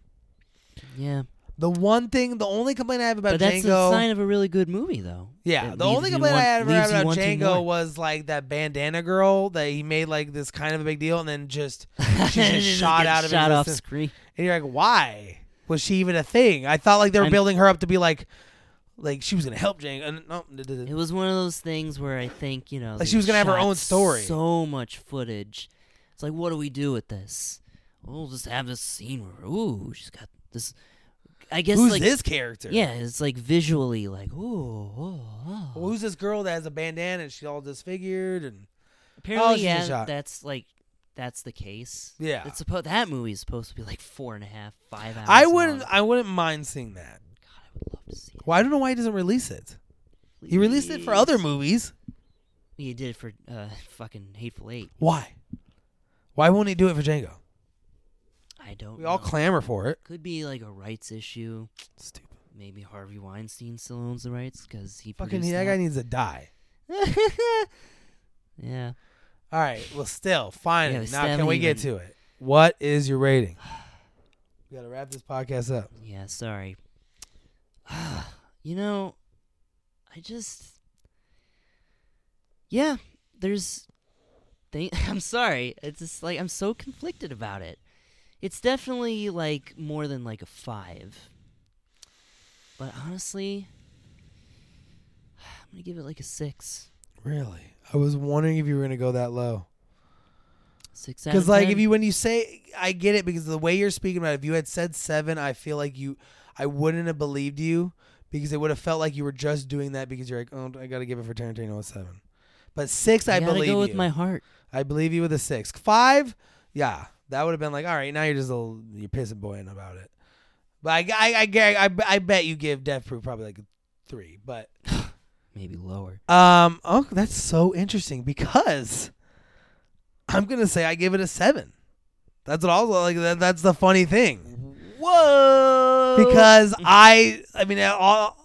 A: Yeah.
B: The one thing, the only complaint I have about
A: But that's
B: Django,
A: a sign of a really good movie though.
B: yeah,
A: It
B: the
A: leaves
B: only
A: you
B: complaint I
A: want-
B: had ever
A: leaves
B: had
A: you
B: about
A: wanting
B: Django
A: more.
B: was like that bandana girl that he made like this kind of a big deal, and then just
A: She
B: just shot
A: gets
B: out of
A: shot off
B: existence.
A: screen.
B: and you're like, why was she even a thing? I thought like they were
A: I'm-
B: building her up to be like, like she was gonna help Django. And, no, it didn't.
A: It was one of those things where I think you know,
B: Like, she
A: they
B: was gonna have her
A: shot
B: own story.
A: So much footage. It's like, what do we do with this? We'll just have this scene where ooh, she's got this. I guess
B: who's
A: like
B: this character?
A: yeah, it's like visually like ooh. Oh, oh.
B: Well, who's this girl that has a bandana and she's all disfigured and
A: Apparently,
B: she's a
A: yeah,
B: shot.
A: that's like that's the case.
B: yeah.
A: It's supposed that movie is supposed to be like four and a half, five hours.
B: I wouldn't,
A: long.
B: I wouldn't mind seeing that.
A: God, I would love to see it.
B: Well, I don't know why he doesn't release it. He released it for
A: Please.
B: other movies.
A: He did it for uh, fucking Hateful Eight.
B: Why? Why won't he do it for Django?
A: I don't.
B: We all
A: know.
B: clamor for it.
A: Could be like a rights issue.
B: Stupid.
A: maybe Harvey Weinstein still owns the rights because he
B: Fucking
A: produced
B: that guy needs to die.
A: that. yeah,
B: All right. Well, still,
A: Yeah,
B: finally,
A: we
B: now
A: still
B: can we
A: haven't
B: get
A: even-
B: to it? What is your rating? We gotta wrap this podcast up.
A: yeah. Sorry. you know, I just, yeah. There's, thing. I'm sorry. It's just like I'm so conflicted about it. It's definitely like more than like a five. But honestly, I'm gonna give it like a six.
B: Really? I was wondering if you were gonna go that low.
A: Six out of
B: Because like, if
A: 10.
B: you when you say, I get it because the way you're speaking about. it, If you had said seven, I feel like you, I wouldn't have believed you because it would have felt like you were just doing that because you're like, oh, I gotta give it for Tarantino a seven. But six, I
A: I gotta
B: believe
A: go with
B: you.
A: my heart.
B: I believe you with a six. Five, yeah, that would have been like, all right, now you're just a little, you're pissing boying about it. But I, I, I, gar- I, I bet you give Death Proof probably like a three. But
A: Maybe lower.
B: um, oh, that's so interesting because I'm gonna say I give it a seven. That's what also like. That, that's the funny thing
A: Whoa!
B: because I, I mean, I- all.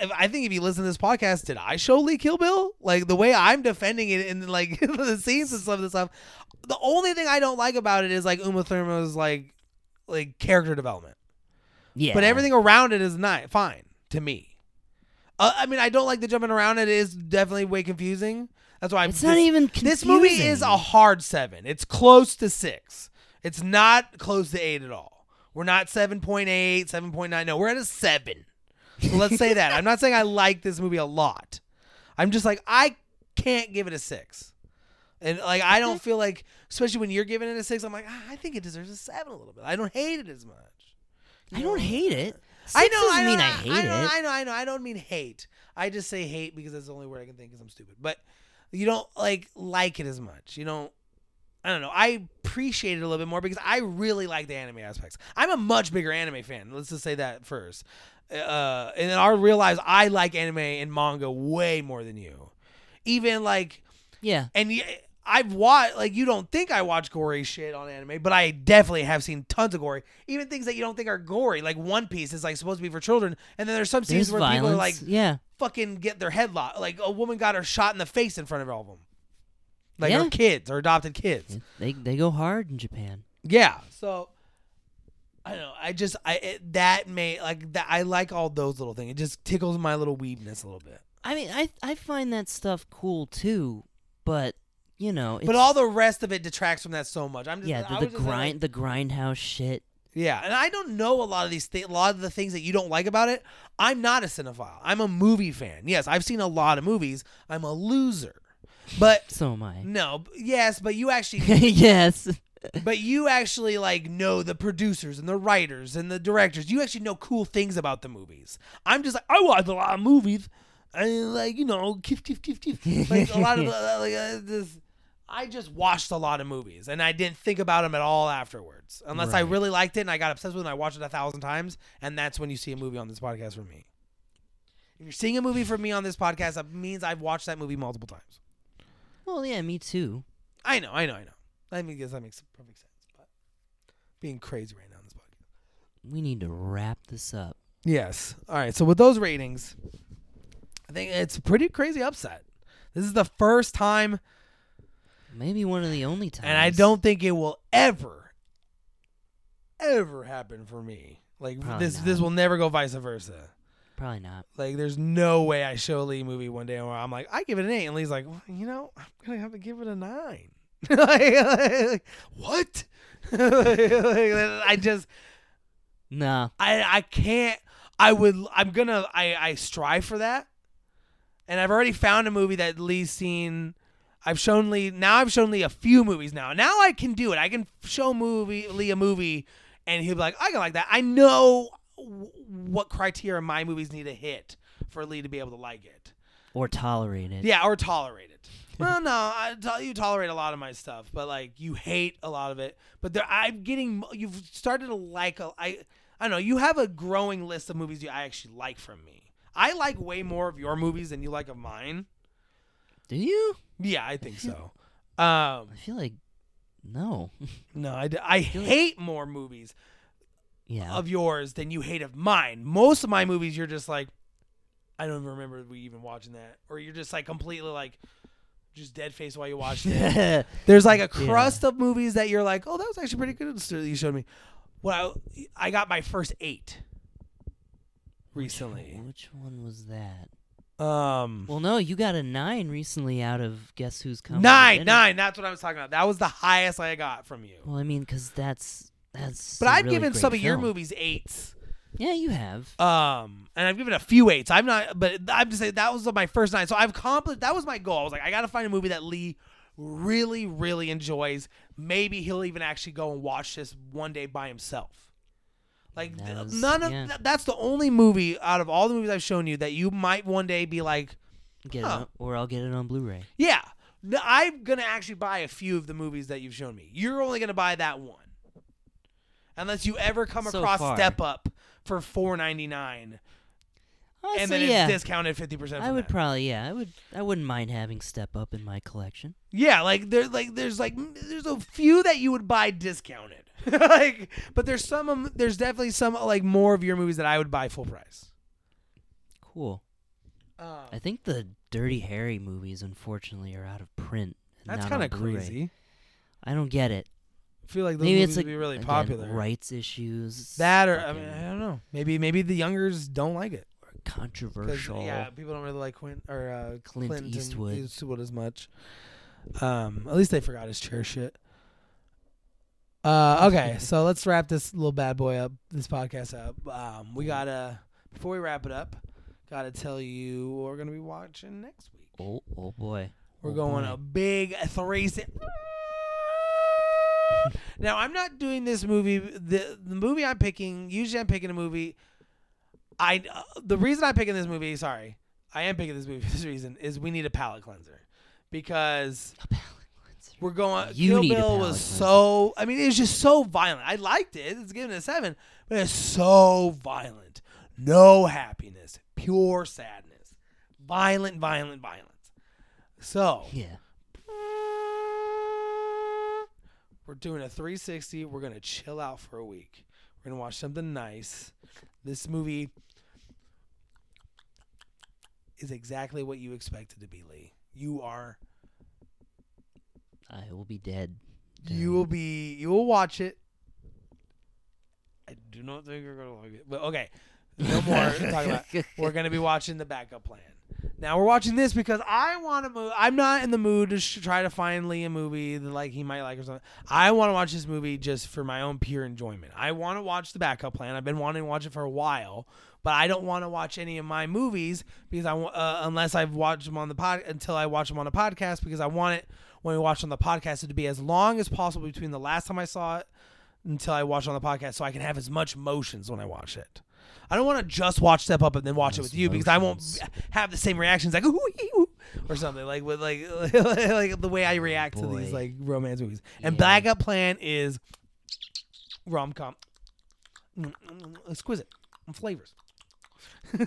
B: if- I think if you listen to this podcast, did I show Lee Kill Bill? Like the way I'm defending it in like the scenes and some of this stuff. The only thing I don't like about it is like Uma Thurman's like like character development,
A: yeah,
B: but everything around it is not fine to me. Uh, I mean, I don't like the jumping around. It is definitely way confusing. That's why I'm
A: It's not even confusing.
B: this movie is a hard seven. It's close to six. It's not close to eight at all. We're not 7.8, 7.9. No, we're at a seven. So let's say that. I'm not saying I like this movie a lot. I'm just like, I can't give it a six. And like, I don't feel like, especially when you're giving it a six, I'm like, ah, I think it deserves a seven a little bit. I don't hate it as much.
A: I don't hate it. Six
B: I know.
A: Doesn't
B: I
A: mean
B: know,
A: I hate
B: know,
A: it.
B: I know. I know. I don't mean hate. I just say hate because that's the only word I can think. Because I'm stupid. But you don't like like it as much. You don't. I don't know. I appreciate it a little bit more because I really like the anime aspects. I'm a much bigger anime fan. Let's just say that first. Uh, and then I realize I like anime and manga way more than you. Even like
A: yeah,
B: and y- I've watched like you don't think I watch gory shit on anime, but I definitely have seen tons of gory, even things that you don't think are gory. Like One Piece is like supposed to be for children, and then there's some scenes
A: there's
B: where
A: violence.
B: people are like
A: yeah,
B: fucking get their head locked. Like a woman got her shot in the face in front of all of them, like
A: Yeah.
B: her kids, her adopted kids.
A: they they go hard in Japan.
B: Yeah. So I don't know. I just I it, that may like that I like all those little things. It just tickles my little weebness a little bit.
A: I mean, I I find that stuff cool too, but you know, it's,
B: But all the rest of it detracts from that so much. I'm just,
A: yeah,
B: I
A: the, the
B: was just like-
A: grind, the grindhouse shit.
B: Yeah, and I don't know a lot of these thi- a lot of the things that you don't like about it. I'm not a cinephile. I'm a movie fan. Yes, I've seen a lot of movies. I'm a loser. But
A: So am I.
B: no, b- yes, but you actually
A: yes,
B: but you actually like know the producers and the writers and the directors. You actually know cool things about the movies. I'm just like I watch a lot of movies. And like you know, kif, kif, kif, kif. like a lot of the, like uh, this. I just watched a lot of movies and I didn't think about them at all afterwards, unless I
A: Right.
B: really liked it and I got obsessed with it and I watched it a thousand times. And that's when you see a movie on this podcast from me. If you're seeing a movie from me on this podcast, that means I've watched that movie multiple times.
A: well, yeah, me too.
B: I know, I know, I know. I mean, guess that makes perfect sense. But being crazy right now in this podcast.
A: We need to wrap this up.
B: Yes. All right. So with those ratings, I think it's a pretty crazy upset. This is the first time,
A: Maybe one of the only times.
B: and I don't think it will ever, ever happen for me. Like
A: Probably
B: this,
A: not.
B: this will never go vice versa.
A: Probably not.
B: Like there's no way I show Lee a movie one day where I'm like, I give it an eight, and Lee's like, well, you know, I'm gonna have to give it a nine. like, what? I just
A: Nah.
B: I I can't. I would. I'm gonna. I I strive for that. And I've already found a movie that Lee's seen. I've shown Lee now. I've shown Lee a few movies now. Now I can do it. I can show movie Lee a movie, and he'll be like, "I can like that." I know w- what criteria my movies need to hit for Lee to be able to like it.
A: Or tolerate it.
B: Yeah, or tolerate it. well, no, I to- you tolerate a lot of my stuff, but like you hate a lot of it. But there, I'm getting you've started to like a, I I don't know. You have a growing list of movies you I actually like from me. I like way more of your movies than you like of mine.
A: Do you?
B: Yeah, I think so. Um,
A: I feel like no.
B: no, I, d- I hate more movies
A: yeah.
B: of yours than you hate of mine. Most of my movies, you're just like, I don't even remember we even watching that, or you're just like completely like, just dead face while you watch it. There's like a
A: Yeah.
B: crust of movies that you're like, oh, that was actually pretty good that you showed me. Well, I got my first eight recently.
A: Which one was that?
B: Um,
A: Well, no, you got a nine recently out of guess who's coming. to
B: nine,
A: dinner.
B: nine. That's what I was talking about. That was the highest I got from you.
A: Well, I mean, because that's that's.
B: But
A: a
B: I've
A: really
B: given
A: great
B: some of your
A: film.
B: movies eights.
A: Yeah, you have.
B: Um, and I've given a few eights. I'm not, but I'm just saying that was my first nine. So I've accomplished. That was my goal. I was like, I gotta find a movie that Lee really, really enjoys. Maybe he'll even actually go and watch this one day by himself. Like
A: That
B: th-
A: was-
B: none of
A: yeah.
B: th- that's the only movie out of all the movies I've shown you that you might one day be like,
A: Get
B: Huh.
A: it, on- or I'll get it on Blu-ray.
B: yeah, no, I'm gonna actually buy a few of the movies that you've shown me. You're only gonna buy that one, unless you ever come
A: So
B: across
A: far.
B: Step Up for four ninety nine.
A: Honestly,
B: and then
A: Uh, yeah,
B: it's discounted fifty percent.
A: I would probably. Yeah, I would. I wouldn't mind having Step Up in my collection.
B: yeah, like there's like there's like m- there's a few that you would buy discounted, like but there's some of 'em- there's definitely some like more of your movies that I would buy full price.
A: Cool.
B: Um,
A: I think the Dirty Harry movies, unfortunately, are out of print. and
B: that's
A: not on
B: kind of
A: Blu-ray.
B: crazy.
A: I don't get it.
B: I feel like those
A: Maybe
B: movies
A: it's
B: would
A: like
B: be really
A: again,
B: popular.
A: rights issues.
B: That or I
A: fucking
B: mean I don't know. Maybe maybe the youngers don't like it. 'Cause,
A: controversial.
B: Yeah, people don't really like Quint or uh,
A: Clint
B: Clinton
A: Eastwood.
B: Eastwood as much. Um, at least they forgot his chair shit. Uh, okay, so let's wrap this little bad boy up, this podcast up. Um, we gotta before we wrap it up, gotta tell you what we're gonna be watching next week.
A: Oh, oh boy.
B: We're
A: Oh,
B: going
A: boy.
B: a big three. si- now I'm not doing this movie. The the movie I'm picking. Usually I'm picking a movie. I uh, the reason I'm picking this movie. Sorry, I am picking this movie for this reason is we need a palate cleanser because
A: A palate cleanser.
B: we're going.
A: You
B: Kill
A: need a
B: Bill
A: palate
B: was
A: cleanser.
B: so. I mean, it was just so violent. I liked it. It's given it a seven, but it's so violent. No happiness, pure sadness, violent, violent, violent. So
A: Yeah.
B: we're doing a 360. We're gonna chill out for a week. We're gonna watch something nice. This movie is exactly what you expected to be, Lee. You are.
A: I will be dead.
B: You will be. You will watch it. I do not think you're gonna like it, but okay. No more to talk about. We're gonna be watching the backup plan. Now we're watching this because I want to move. I'm not in the mood to sh- try to find Lee a movie that like he might like or something. I want to watch this movie just for my own pure enjoyment. I want to watch the backup plan. I've been wanting to watch it for a while, but I don't want to watch any of my movies because I wa- uh, unless I've watched them on the pod until I watch them on a podcast because I want it when we watch on the podcast it to be as long as possible between the last time I saw it until I watch it on the podcast so I can have as much motions when I watch it. I don't want to just watch Step Up and then watch it
A: Nice
B: with you because I won't
A: motions.
B: have the same reactions like ooh, ee, ooh, or something like with like like the way I react to these
A: boy.
B: like romance movies. And
A: Yeah.
B: Backup Plan is rom com, mm, exquisite flavors.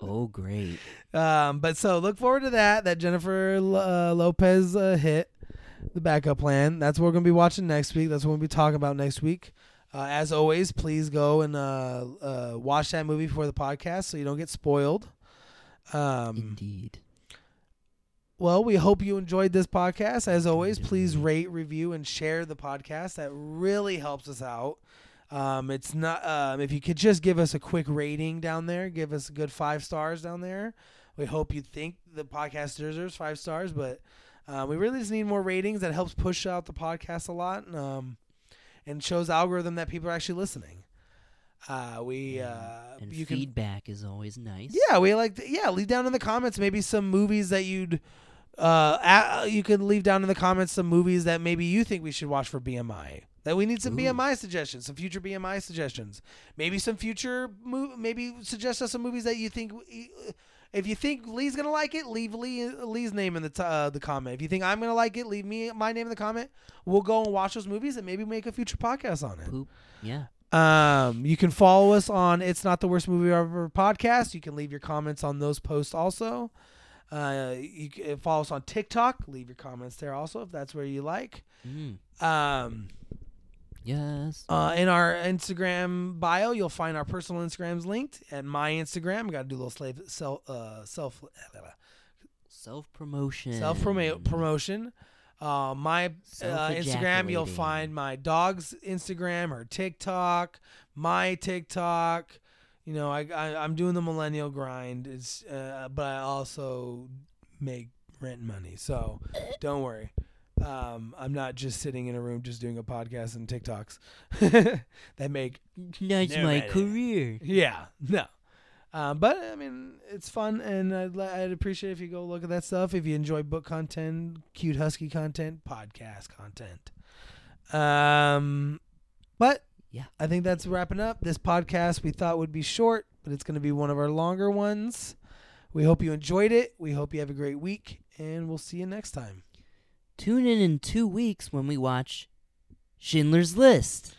A: Oh, great.
B: Um, but so look forward to that. That Jennifer uh, Lopez uh, hit the backup plan. That's what we're gonna be watching next week. That's what we'll be talking about next week. Uh, as always, please go and uh, uh, watch that movie before the podcast so you don't get spoiled. Um,
A: Indeed.
B: well, we hope you enjoyed this podcast. As always, please rate, review, and share the podcast. That really helps us out. Um, it's not um, if you could just give us a quick rating down there, give us a good five stars down there. We hope you think the podcast deserves five stars, but uh, we really just need more ratings. That helps push out the podcast a lot, and, um, and shows algorithm that people are actually listening. Uh, we
A: Yeah.
B: uh,
A: And
B: you can
A: feedback is always nice.
B: yeah, we like. To, yeah, leave down in the comments maybe some movies that you'd. Uh, a- you can leave down in the comments some movies that maybe you think we should watch for BMI. That we need some
A: Ooh.
B: BMI suggestions, some future BMI suggestions, maybe some future mo- maybe suggest us some movies that you think. e, If you think Lee's gonna like it, leave Lee Lee's name in the t- uh, the comment. If you think I'm gonna like it, leave me my name in the comment. We'll go and watch those movies and maybe make a future podcast on it.
A: Poop. Yeah.
B: Um, you can follow us on It's Not the Worst Movie Ever podcast. You can leave your comments on those posts also. Uh, you can follow us on TikTok. Leave your comments there also if that's where you like.
A: Mm.
B: Um,
A: Yes.
B: uh, in our Instagram bio, you'll find our personal Instagrams linked. At my Instagram, I got to do a little slave self uh, self
A: Self promotion.
B: self promotion. Uh, my uh, Instagram,
A: Self-ejaculating.
B: you'll find my dog's Instagram, her TikTok, my TikTok. You know, I, I I'm doing the millennial grind. It's uh, but I also make rent money, so don't worry. Um, I'm not just sitting in a room just doing a podcast and TikToks that make
A: That's
B: No
A: my
B: matter.
A: career.
B: yeah, no. Uh, but I mean, it's fun, and I'd, li- I'd appreciate if you go look at that stuff. If you enjoy book content, cute husky content, podcast content. Um, but
A: Yeah.
B: I think that's wrapping up this podcast. We thought would be short, but it's going to be one of our longer ones. We hope you enjoyed it. We hope you have a great week, and we'll see you next time.
A: Tune in in two weeks when we watch Schindler's List.